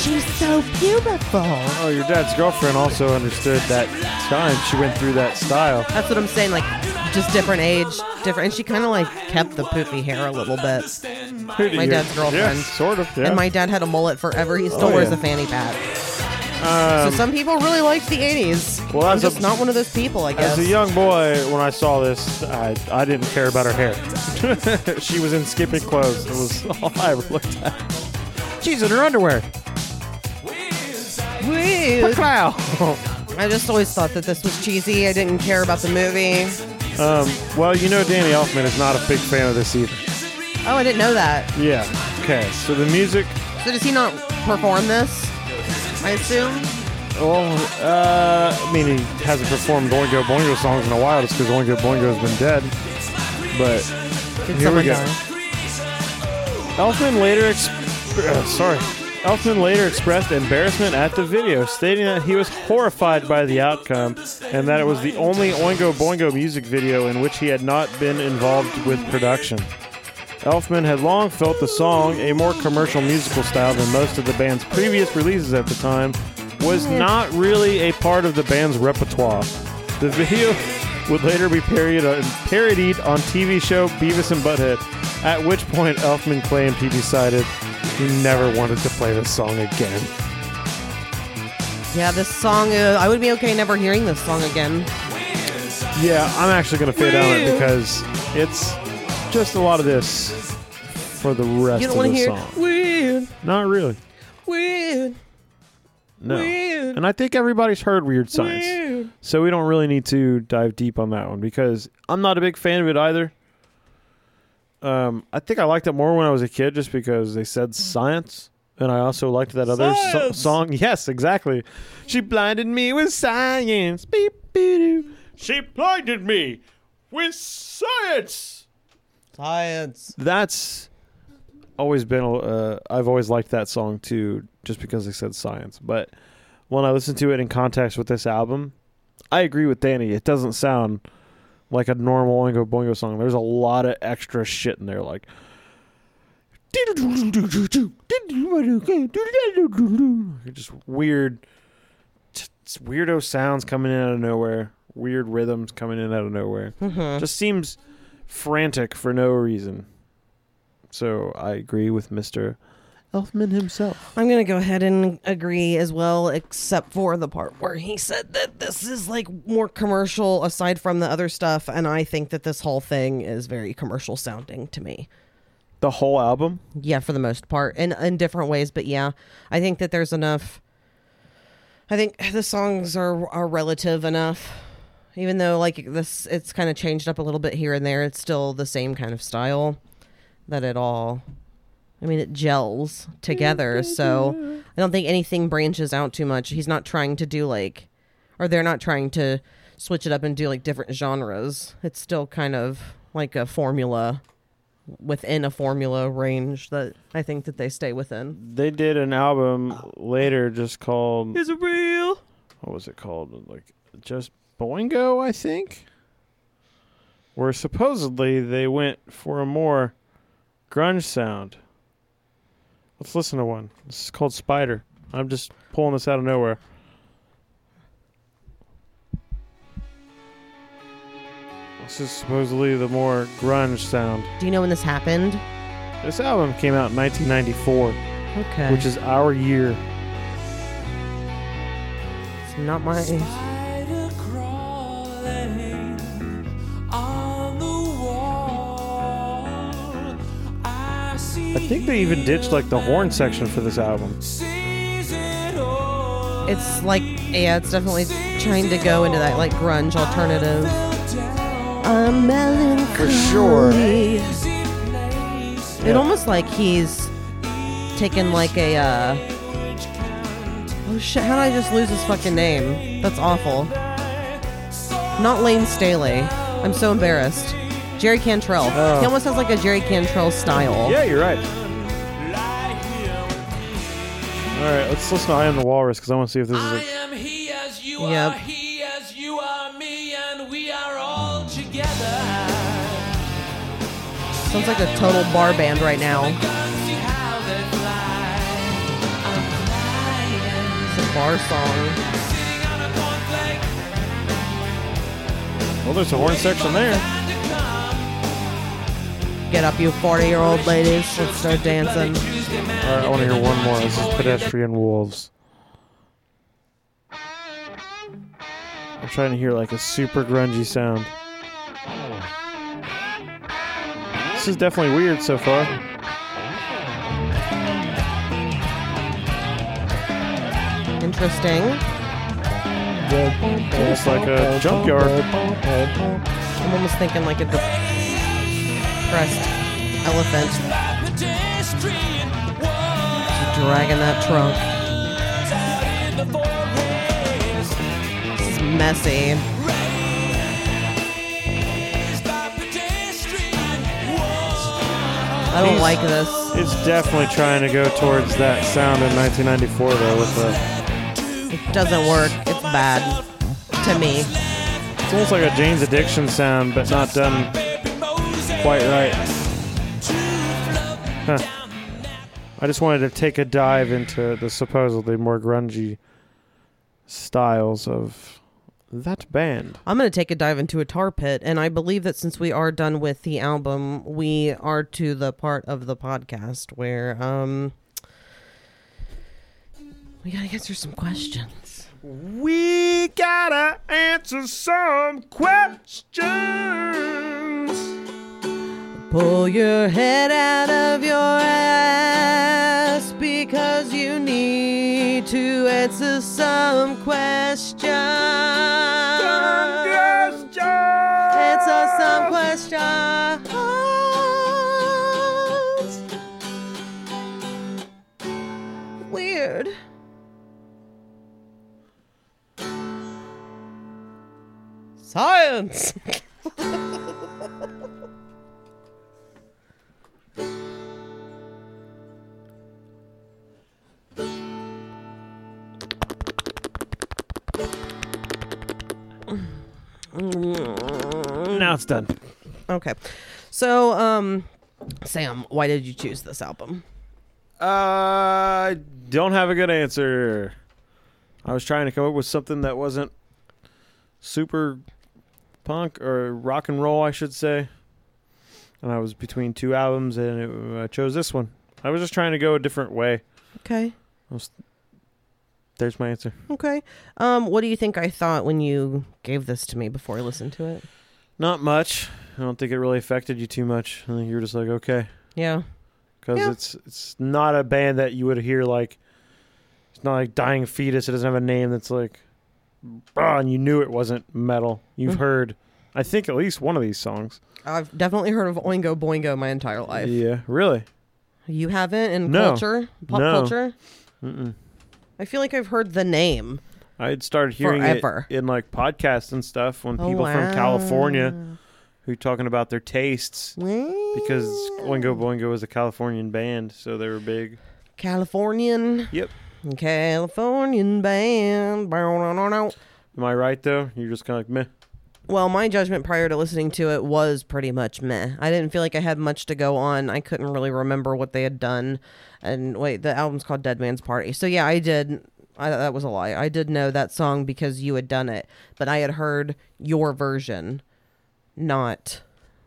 Speaker 7: She's so beautiful.
Speaker 1: Oh, your dad's girlfriend also understood that time. She went through that style.
Speaker 4: That's what I'm saying. Like, just different age, different. And she kind of like kept the poofy hair a little bit. My
Speaker 1: You-
Speaker 4: dad's girlfriend.
Speaker 1: Yeah, sort of. Yeah.
Speaker 4: And my dad had a mullet forever. He still
Speaker 1: Oh,
Speaker 4: wears
Speaker 1: yeah. Um,
Speaker 4: a fanny pack. so some people really liked the 80s.
Speaker 1: Well,
Speaker 4: I'm
Speaker 1: as a-
Speaker 4: just not one of those people, I guess.
Speaker 1: As a young boy, when I saw this, I, I didn't care about her hair. she was in skipping clothes. It was all I ever looked at. She's in her underwear.
Speaker 4: Weird.
Speaker 1: Wow.
Speaker 4: I just always thought that this was cheesy. I didn't care about the movie.
Speaker 1: Um, well, you know Danny Elfman is not a big fan of this either.
Speaker 4: Oh, I didn't know that.
Speaker 1: Yeah. Okay. So the music.
Speaker 4: So does he not perform this? I assume.
Speaker 1: Well, uh, I mean, he hasn't performed Oingo Boingo songs in a while. It's because Oingo Boingo has been dead. But
Speaker 4: Did
Speaker 1: Here we
Speaker 4: someone
Speaker 1: go.
Speaker 4: die?
Speaker 1: Elfman later, ex- uh, sorry, Elfman later expressed embarrassment at the video, stating that he was horrified by the outcome and that it was the only Oingo Boingo music video in which he had not been involved with production. Elfman had long felt the song, a more commercial musical style than most of the band's previous releases at the time, was not really a part of the band's repertoire. The video would later be parodied on, parodied on TV show Beavis and Butthead, at which point Elfman claimed he decided he never wanted to play this song again.
Speaker 4: Yeah, this song, uh, I would be okay never hearing this song again.
Speaker 1: Yeah, I'm actually going to fade out on it because it's just a lot of this for the rest
Speaker 4: You don't
Speaker 1: of
Speaker 4: want
Speaker 1: the
Speaker 4: to hear
Speaker 1: song.
Speaker 4: weird,
Speaker 1: Not really.
Speaker 4: weird,
Speaker 1: No.
Speaker 4: Weird.
Speaker 1: And I think everybody's heard weird signs.
Speaker 4: weird.
Speaker 1: So we don't really need to dive deep on that one because I'm not a big fan of it either. Um, I think I liked it more when I was a kid just because they said science. And I also liked that other so-
Speaker 4: Science!
Speaker 1: song. Yes, exactly. She blinded me with science. Beep, beep, doo. She blinded me with science.
Speaker 4: Science.
Speaker 1: That's always been, a- uh, I've always liked that song too, just because they said science. But when I listen to it in context with this album, I agree with Danny. It doesn't sound like a normal Oingo Boingo song. There's a lot of extra shit in there, like. Just weird, just weirdo sounds coming in out of nowhere. Weird rhythms coming in out of nowhere. Just seems frantic for no reason. So I agree with Mister Elfman himself.
Speaker 4: I'm gonna go ahead and agree as well, except for the part where he said that this is like more commercial aside from the other stuff, and I think that this whole thing is very commercial sounding to me.
Speaker 1: The whole album.
Speaker 4: Yeah, for the most part, in in different ways, but yeah, I think that there's enough. I think the songs are are relative enough, even though like this, it's kind of changed up a little bit here and there. It's still the same kind of style that it all. I mean, it gels together, so I don't think anything branches out too much. He's not trying to do like, or they're not trying to switch it up and do like different genres. It's still kind of like a formula within a formula range that I think that they stay within.
Speaker 1: They did an album later just called
Speaker 4: Is it real?
Speaker 1: what was it called? Like just Boingo, I think. Where supposedly they went for a more grunge sound. Let's listen to one. This is called Spider. I'm just pulling this out of nowhere. This is supposedly the more grunge sound.
Speaker 4: Do you know when this happened?
Speaker 1: This album came out in 1994,
Speaker 4: Okay.
Speaker 1: which is our year.
Speaker 4: It's not my.
Speaker 8: Spider crawling on the wall. I see.
Speaker 1: I think they even ditched like the horn section for this album.
Speaker 8: Sees it all.
Speaker 4: It's like yeah, it's definitely trying to go into that like grunge alternative. A melancholy.
Speaker 1: For sure.
Speaker 4: It almost like he's taken like a. uh Oh shit! How did I just lose his fucking name? That's awful. Not Lane Staley. I'm so embarrassed. Jerry Cantrell.
Speaker 1: Oh.
Speaker 4: He almost has like a Jerry Cantrell style.
Speaker 1: Yeah, you're right. All right, let's listen to "I Am the Walrus" because I want to see if this is.
Speaker 8: I
Speaker 1: A,
Speaker 8: am he as you are,
Speaker 4: Yep.
Speaker 8: he as you are me, and we are all together.
Speaker 4: Sounds like a total bar band right now.
Speaker 8: Guns, see how they fly.
Speaker 4: It's a bar song.
Speaker 8: Sitting on a cornflake,
Speaker 1: well, there's a horn section there.
Speaker 8: time to come.
Speaker 4: Get up, you 40 year old ladies. Let's start dancing.
Speaker 8: Tuesday
Speaker 1: All
Speaker 8: man,
Speaker 1: right, I want to hear one more. This is "Pedestrian Wolves." I'm trying to hear like a super grungy sound. This is definitely weird so far.
Speaker 4: Interesting.
Speaker 1: It's like a junkyard.
Speaker 4: I'm almost thinking like a depressed elephant
Speaker 8: pedestrian walls
Speaker 4: dragging that trunk.
Speaker 8: out in the forest.
Speaker 4: This is messy.
Speaker 8: Raised by pedestrian walls.
Speaker 4: I don't
Speaker 1: He's-
Speaker 4: like this.
Speaker 1: It's definitely trying to go towards that sound in 1994 though with the.
Speaker 4: It doesn't work. It's bad to me.
Speaker 1: It's almost like a Jane's Addiction sound, but not done
Speaker 8: Baby Moses,
Speaker 1: quite right.
Speaker 8: to float
Speaker 1: I just wanted to take a dive into the supposedly more grungy styles of that band.
Speaker 4: I'm going to take a dive into a tar pit. And I believe that since we are done with the album, we are to the part of the podcast where um, we got to answer some questions.
Speaker 1: We gotta answer some questions.
Speaker 4: Pull your head out of your ass because you need to answer some questions. Answer some questions. Weird. Science.
Speaker 1: Now it's done.
Speaker 4: Okay. So, um, Sam, why did you choose this album?
Speaker 1: I Uh, don't have a good answer. I was trying to come up with something that wasn't super punk or rock and roll, I should say. And I was between two albums, and it, I chose this one. I was just trying to go a different way.
Speaker 4: Okay.
Speaker 1: There's my answer.
Speaker 4: Okay. Um, what do you think I thought when you gave this to me before I listened to it?
Speaker 1: Not much. I don't think it really affected you too much. I think you were just like, okay,
Speaker 4: Yeah.
Speaker 1: because
Speaker 4: Yeah.
Speaker 1: it's it's not a band that you would hear like. It's not like Dying Fetus. It doesn't have a name that's like, "Bah," and you knew it wasn't metal. You've
Speaker 4: Mhm.
Speaker 1: heard, I think, at least one of these songs.
Speaker 4: I've definitely heard of Oingo Boingo my entire life.
Speaker 1: yeah, really.
Speaker 4: You haven't in
Speaker 1: No.
Speaker 4: culture? Pop
Speaker 1: No.
Speaker 4: culture?
Speaker 1: Mm-mm.
Speaker 4: I feel like I've heard the name.
Speaker 1: I had started hearing it
Speaker 4: Forever.
Speaker 1: in like podcasts and stuff when
Speaker 4: Oh,
Speaker 1: people
Speaker 4: wow.
Speaker 1: from California who talking about their tastes because Oingo Boingo is a Californian band, so they were big.
Speaker 4: Californian.
Speaker 1: Yep.
Speaker 4: Californian band. Bow-no-no-no.
Speaker 1: Am I right though? You're just kind of like meh.
Speaker 4: Well, my judgment prior to listening to it was pretty much meh. I didn't feel like I had much to go on. I couldn't really remember what they had done. And wait, the album's called Dead Man's Party. So yeah, I did. I, that was a lie. I did know that song because you had done it, but I had heard your version, not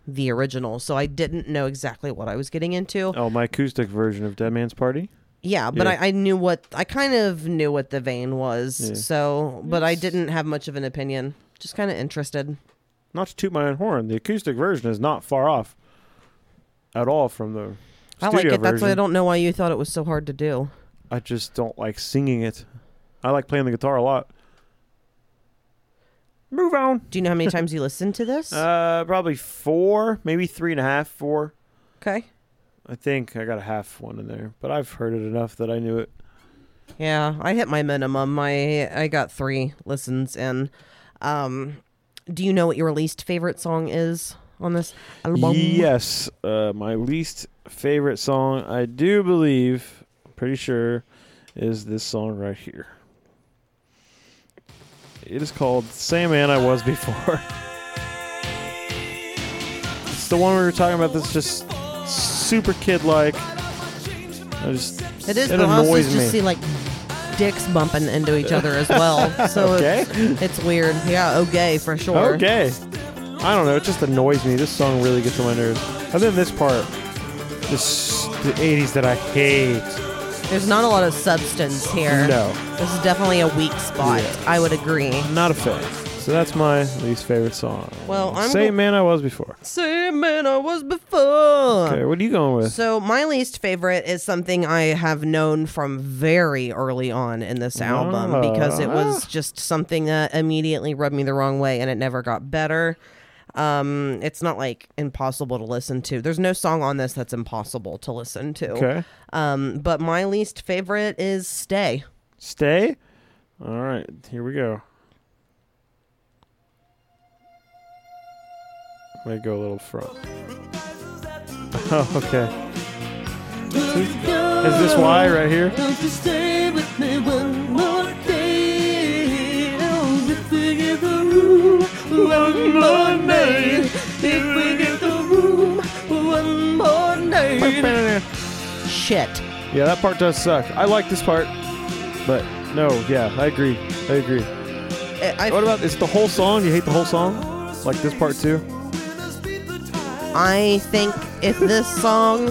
Speaker 4: the original. So I didn't know exactly what I was getting into.
Speaker 1: Oh, my acoustic version of Dead Man's Party.
Speaker 4: Yeah, but
Speaker 1: Yeah.
Speaker 4: I, I knew what I kind of knew what the vein was.
Speaker 1: Yeah.
Speaker 4: So, but I didn't have much of an opinion. Just kind of interested.
Speaker 1: Not to toot my own horn, the acoustic version is not far off at all from the
Speaker 4: I like it.
Speaker 1: studio
Speaker 4: That's why I
Speaker 1: version.
Speaker 4: don't know why you thought it was so hard to do.
Speaker 1: I just don't like singing it. I like playing the guitar a lot. Move on.
Speaker 4: Do you know how many times you listened to this?
Speaker 1: Uh, probably four, maybe three and a half, four.
Speaker 4: okay.
Speaker 1: I think I got a half one in there, but I've heard it enough that I knew it.
Speaker 4: Yeah, I hit my minimum. I I got three listens in. Um, do you know what your least favorite song is on this album?
Speaker 1: Yes, uh, my least favorite song, I do believe, pretty sure, is this song right here. It is called "Same Man I Was Before." it's the one we were talking about. That's just super kid-like. I just
Speaker 4: it is.
Speaker 1: It
Speaker 4: but also
Speaker 1: annoys
Speaker 4: just
Speaker 1: me.
Speaker 4: see like dicks bumping into each other as well. So it's, it's weird. Yeah, okay for sure.
Speaker 1: Okay. I don't know. It just annoys me. This song really gets on my nerves. And then this part, this the '80s that I hate.
Speaker 4: There's not a lot of substance here.
Speaker 1: No,
Speaker 4: This is definitely a weak spot.
Speaker 1: Yeah.
Speaker 4: I would agree.
Speaker 1: not a fan. So that's my least favorite song.
Speaker 4: Well, I'm
Speaker 1: same
Speaker 4: go-
Speaker 1: man I was before.
Speaker 4: Same man I was before.
Speaker 1: Okay, what are you going with?
Speaker 4: Uh, So my least favorite is something I have known from very early on in this album because it was just something that immediately rubbed me the wrong way and it never got better. Um, it's not like impossible to listen to. There's no song on this that's impossible to listen to.
Speaker 1: Okay,
Speaker 4: Um, but my least favorite is Stay.
Speaker 1: stay. All right, here we go. Might go a little front. Oh, okay. Is this why right here?
Speaker 4: Shit.
Speaker 1: Yeah, that part does suck. I like this part, but no, yeah, I agree. I agree.
Speaker 4: I,
Speaker 1: What about is it the whole song? You hate the whole song? Like this part too?
Speaker 4: I think if this song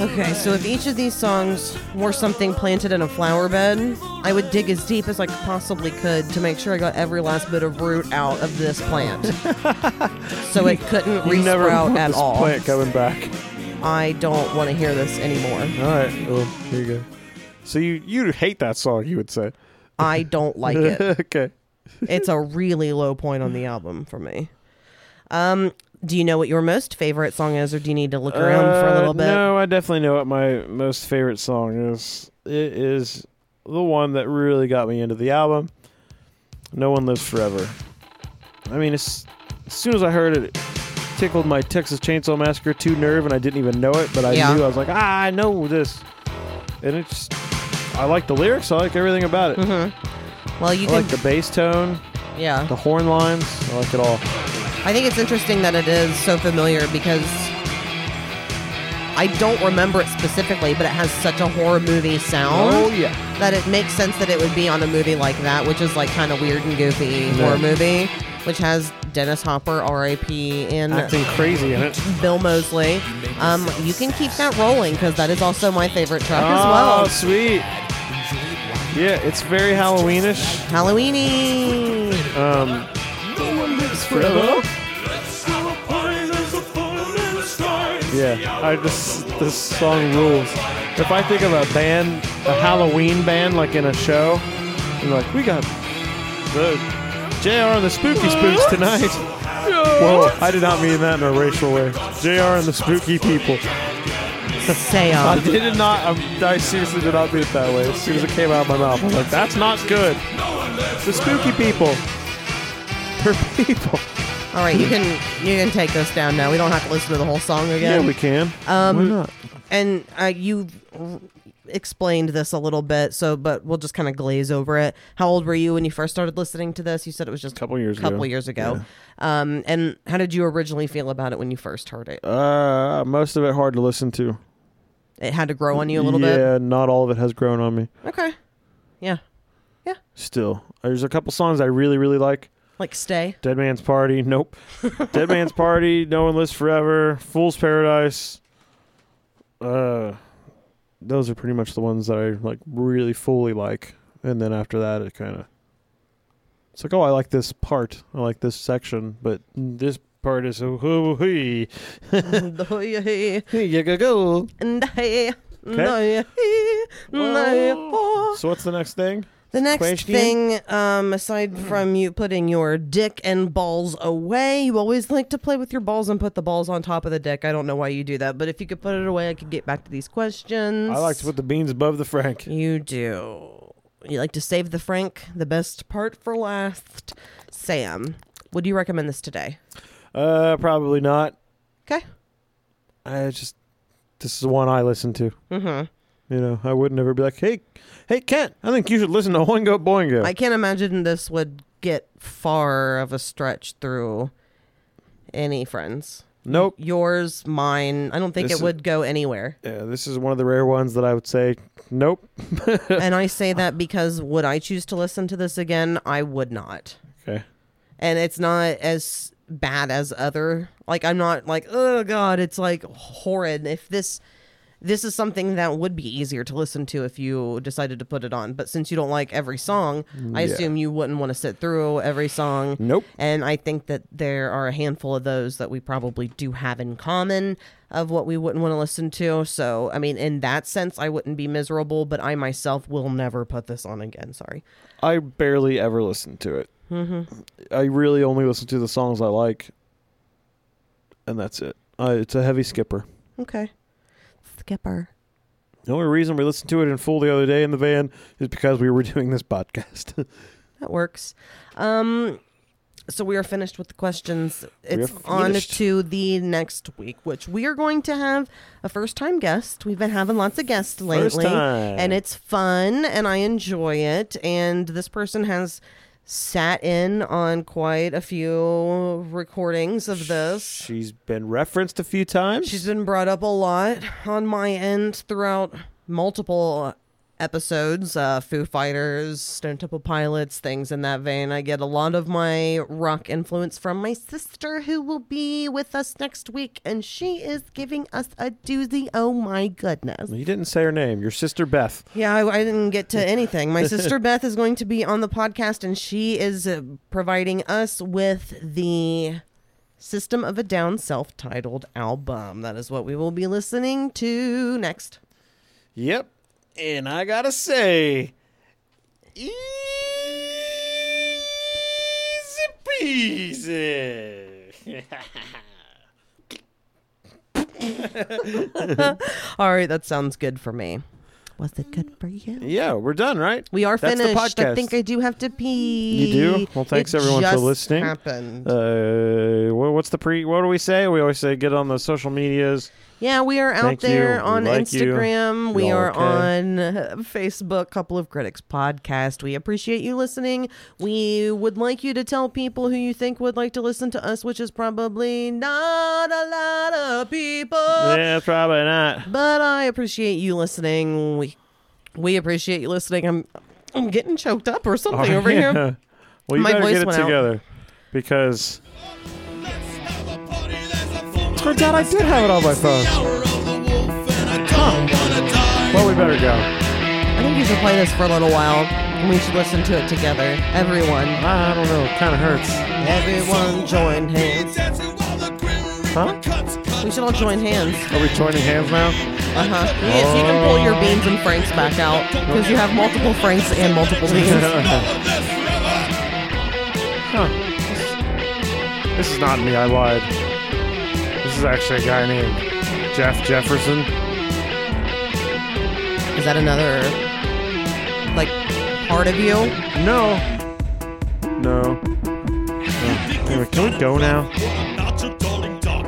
Speaker 4: Okay, so if each of these songs were something planted in a flower bed, I would dig as deep as I possibly could to make sure I got every last bit of root out of this plant. so it couldn't
Speaker 1: You never
Speaker 4: resprout
Speaker 1: want
Speaker 4: at
Speaker 1: this
Speaker 4: all.
Speaker 1: plant coming back.
Speaker 4: I don't want to hear this anymore.
Speaker 1: All right. Well, here you go. So you you hate that song? You would say.
Speaker 4: I don't like it.
Speaker 1: okay.
Speaker 4: It's a really low point on the album for me. Um, do you know what your most favorite song is, or do you need to look around for a
Speaker 1: Uh,
Speaker 4: little bit?
Speaker 1: No, I definitely know what my most favorite song is. It is the one that really got me into the album. No one lives forever. I mean, as, as soon as I heard it, it tickled my Texas Chainsaw Massacre 2 nerve, and I didn't even know it, but I
Speaker 4: Yeah.
Speaker 1: knew I was like, ah, I know this. And it's, I like the lyrics. I like everything about it.
Speaker 4: Mm-hmm. Well, you
Speaker 1: I
Speaker 4: can.
Speaker 1: like the bass tone,
Speaker 4: yeah.
Speaker 1: the horn lines. I like it all.
Speaker 4: I think it's interesting that it is so familiar because I don't remember it specifically, but it has such a horror movie sound
Speaker 1: Oh, yeah.
Speaker 4: that it makes sense that it would be on a movie like that, which is like kind of weird and goofy horror movie, which has Dennis Hopper, R.I.P., and
Speaker 1: Acting crazy in it.
Speaker 4: Bill Mosley. Um, you can keep that rolling because that is also my favorite track as
Speaker 1: Oh,
Speaker 4: well.
Speaker 1: sweet. Yeah, it's very Halloweenish.
Speaker 4: Halloweeny.
Speaker 1: Um, yeah, I just this song rules. If I think of a band, a Halloween band, like in a show, I'm like, we got the Jr. and the Spooky Spooks tonight. Whoa, I did not mean that in a racial way. Jr. and the Spooky People.
Speaker 4: Say
Speaker 1: I
Speaker 4: um.
Speaker 1: did not. I'm, I seriously did not do it that way. As soon as it came out of my mouth, I'm like, "That's not good." The spooky people. They're people.
Speaker 4: All right, you can you can take this down now. We don't have to listen to the whole song again.
Speaker 1: Yeah, we can.
Speaker 4: Um,
Speaker 1: Why not?
Speaker 4: and uh, you r- explained this a little bit, so but we'll just kind of glaze over it. How old were you when you first started listening to this? You said it was just a
Speaker 1: Couple years
Speaker 4: couple
Speaker 1: ago.
Speaker 4: years ago. Um, and how did you originally feel about it when you first heard it?
Speaker 1: Uh, most of it hard to listen to.
Speaker 4: It had to grow on you a little
Speaker 1: Yeah, not all of it has grown on me.
Speaker 4: bit. Okay. Yeah.
Speaker 1: Still, there's a couple songs I really, really like.
Speaker 4: Like stay.
Speaker 1: Dead Man's Party. Nope. Dead Man's Party. No One Lives Forever. Fool's Paradise. Uh, those are pretty much the ones that I like really fully like. And then after that, it kind of it's like, oh, I like this part. I like this section, but this part is so hoo hoo you go go.
Speaker 4: And I- and
Speaker 1: Okay.
Speaker 4: I- and I- oh.
Speaker 1: So what's the next thing?
Speaker 4: The next
Speaker 1: Question?
Speaker 4: thing, um, aside from you putting your dick and balls away, you always like to play with your balls and put the balls on top of the dick. I don't know why you do that, but if you could put it away, I could get back to these questions.
Speaker 1: I like to put the beans above the frank.
Speaker 4: You do. You like to save the Frank, the best part for last. Sam, would you recommend this today?
Speaker 1: Uh, probably not.
Speaker 4: Okay.
Speaker 1: I just this is the one I listen to. Mm-hmm. You know, I would never be like, hey, hey, Kent, I think you should listen to Oingo Boingo.
Speaker 4: I can't imagine this would get far of a stretch through any friends.
Speaker 1: nope.
Speaker 4: Yours, mine. I don't think
Speaker 1: This
Speaker 4: it
Speaker 1: is-
Speaker 4: would go anywhere.
Speaker 1: Yeah, this is one of the rare ones that I would say, nope.
Speaker 4: and I say that because would I choose to listen to this again? I would not.
Speaker 1: Okay.
Speaker 4: And it's not as bad as other. Like I'm not like oh god, it's like horrid. If this this is something that would be easier to listen to if you decided to put it on, but since you don't like every song, I
Speaker 1: Yeah.
Speaker 4: assume you wouldn't want to sit through every song.
Speaker 1: Nope.
Speaker 4: And I think that there are a handful of those that we probably do have in common of what we wouldn't want to listen to. So, I mean, in that sense, I wouldn't be miserable, but I myself will never put this on again. Sorry.
Speaker 1: I barely ever listen to it. Mm-hmm. I really only listen to the songs I like, and that's it. Uh, it's a heavy skipper.
Speaker 4: Okay. Skipper.
Speaker 1: The only reason we listened to it in full the other day in the van is because we were doing this podcast.
Speaker 4: That works. Um, so we are finished with the questions.
Speaker 1: are
Speaker 4: It's on
Speaker 1: finished.
Speaker 4: to the next week, which we are going to have a first time guest. We've been having lots of guests lately.
Speaker 1: time.
Speaker 4: And it's fun and I enjoy it. And this person has sat in on quite a few recordings of this.
Speaker 1: She's been referenced a few times.
Speaker 4: She's been brought up a lot on my end throughout multiple episodes, uh, Foo Fighters, Stone Temple Pilots, things in that vein. I get a lot of my rock influence from my sister, who will be with us next week, and she is giving us a doozy. Oh my goodness!
Speaker 1: You didn't say her name. Your sister Beth.
Speaker 4: Yeah, I, I didn't get to anything. My sister Beth is going to be on the podcast, and she is uh, providing us with the System of a Down self titled album. That is what we will be listening to next.
Speaker 1: Yep. And I gotta say, e- easy peasy.
Speaker 4: All right, that sounds good for me.
Speaker 7: Was it good for you?
Speaker 1: yeah, we're done, right?
Speaker 4: We are
Speaker 1: That's the
Speaker 4: finished. I
Speaker 1: podcast.
Speaker 4: think I do have to pee.
Speaker 1: You do? Well, thanks
Speaker 4: It
Speaker 1: everyone for
Speaker 4: just
Speaker 1: listening.
Speaker 4: Happened.
Speaker 1: Uh, wha- what's the pre? What do we say? We always say get on the social medias.
Speaker 4: yeah, we are out
Speaker 1: thank
Speaker 4: there
Speaker 1: you. We
Speaker 4: on
Speaker 1: like you.
Speaker 4: Instagram.
Speaker 1: We
Speaker 4: We
Speaker 1: all
Speaker 4: are
Speaker 1: okay?
Speaker 4: on uh, Facebook, Couple of Critics Podcast. We appreciate you listening. We would like you to tell people who you think would like to listen to us, which is probably not a lot of people.
Speaker 1: Yeah, it's probably not.
Speaker 4: But I appreciate you listening. We we appreciate you listening. I'm I'm getting choked up or something over
Speaker 1: Oh, Yeah.
Speaker 4: here.
Speaker 1: Well, you
Speaker 4: My
Speaker 1: better
Speaker 4: voice
Speaker 1: get it
Speaker 4: went out.
Speaker 1: together because
Speaker 6: Let's have a party, there's a full moon
Speaker 1: turns out I did have it on my phone.
Speaker 6: hour of the wolf, and I don't wanna die.
Speaker 1: Well, we better go.
Speaker 4: I think you should play this for a little while, and we should listen to it together. Everyone,
Speaker 1: I don't know. It kind of hurts.
Speaker 4: everyone, join hands.
Speaker 6: Dancing while the grim reaper
Speaker 1: Huh?
Speaker 6: cuts, cuts,
Speaker 4: We should all join hands.
Speaker 1: Are we joining hands now?
Speaker 4: Uh huh. Yes, you can pull your beans and franks back out because you have multiple franks and multiple beans.
Speaker 6: all this river.
Speaker 1: This is not me. I lied. This is actually a guy named Jeff Jefferson.
Speaker 4: Is that another like part of you?
Speaker 1: No. No. Anyway, can we go now?
Speaker 6: I'm not your darling dog.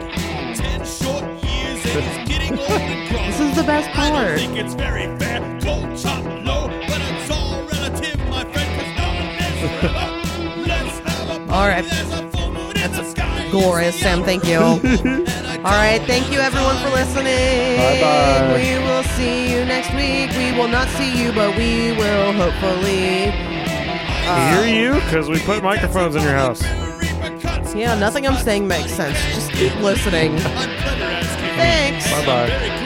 Speaker 6: Ten short years and it's getting old and gross.
Speaker 4: This is the best
Speaker 6: I
Speaker 4: part.
Speaker 6: don't think it's very fair. Cold, chop, low, but it's all relative, my friend. 'cause now and then, let's have a
Speaker 4: All right.
Speaker 6: party. There's a full moon in the sky.
Speaker 4: Glorious, Sam. Thank you. All right. Thank you, everyone, for listening.
Speaker 1: Bye-bye.
Speaker 4: We will see you next week. We will not see you, but we will hopefully.
Speaker 1: Hear you? Because we put microphones in your house.
Speaker 6: Reaper cuts.
Speaker 4: Yeah, nothing I'm saying makes sense. Just keep listening.
Speaker 6: I'm clever as can be.
Speaker 4: Thanks.
Speaker 1: Bye bye.
Speaker 6: Very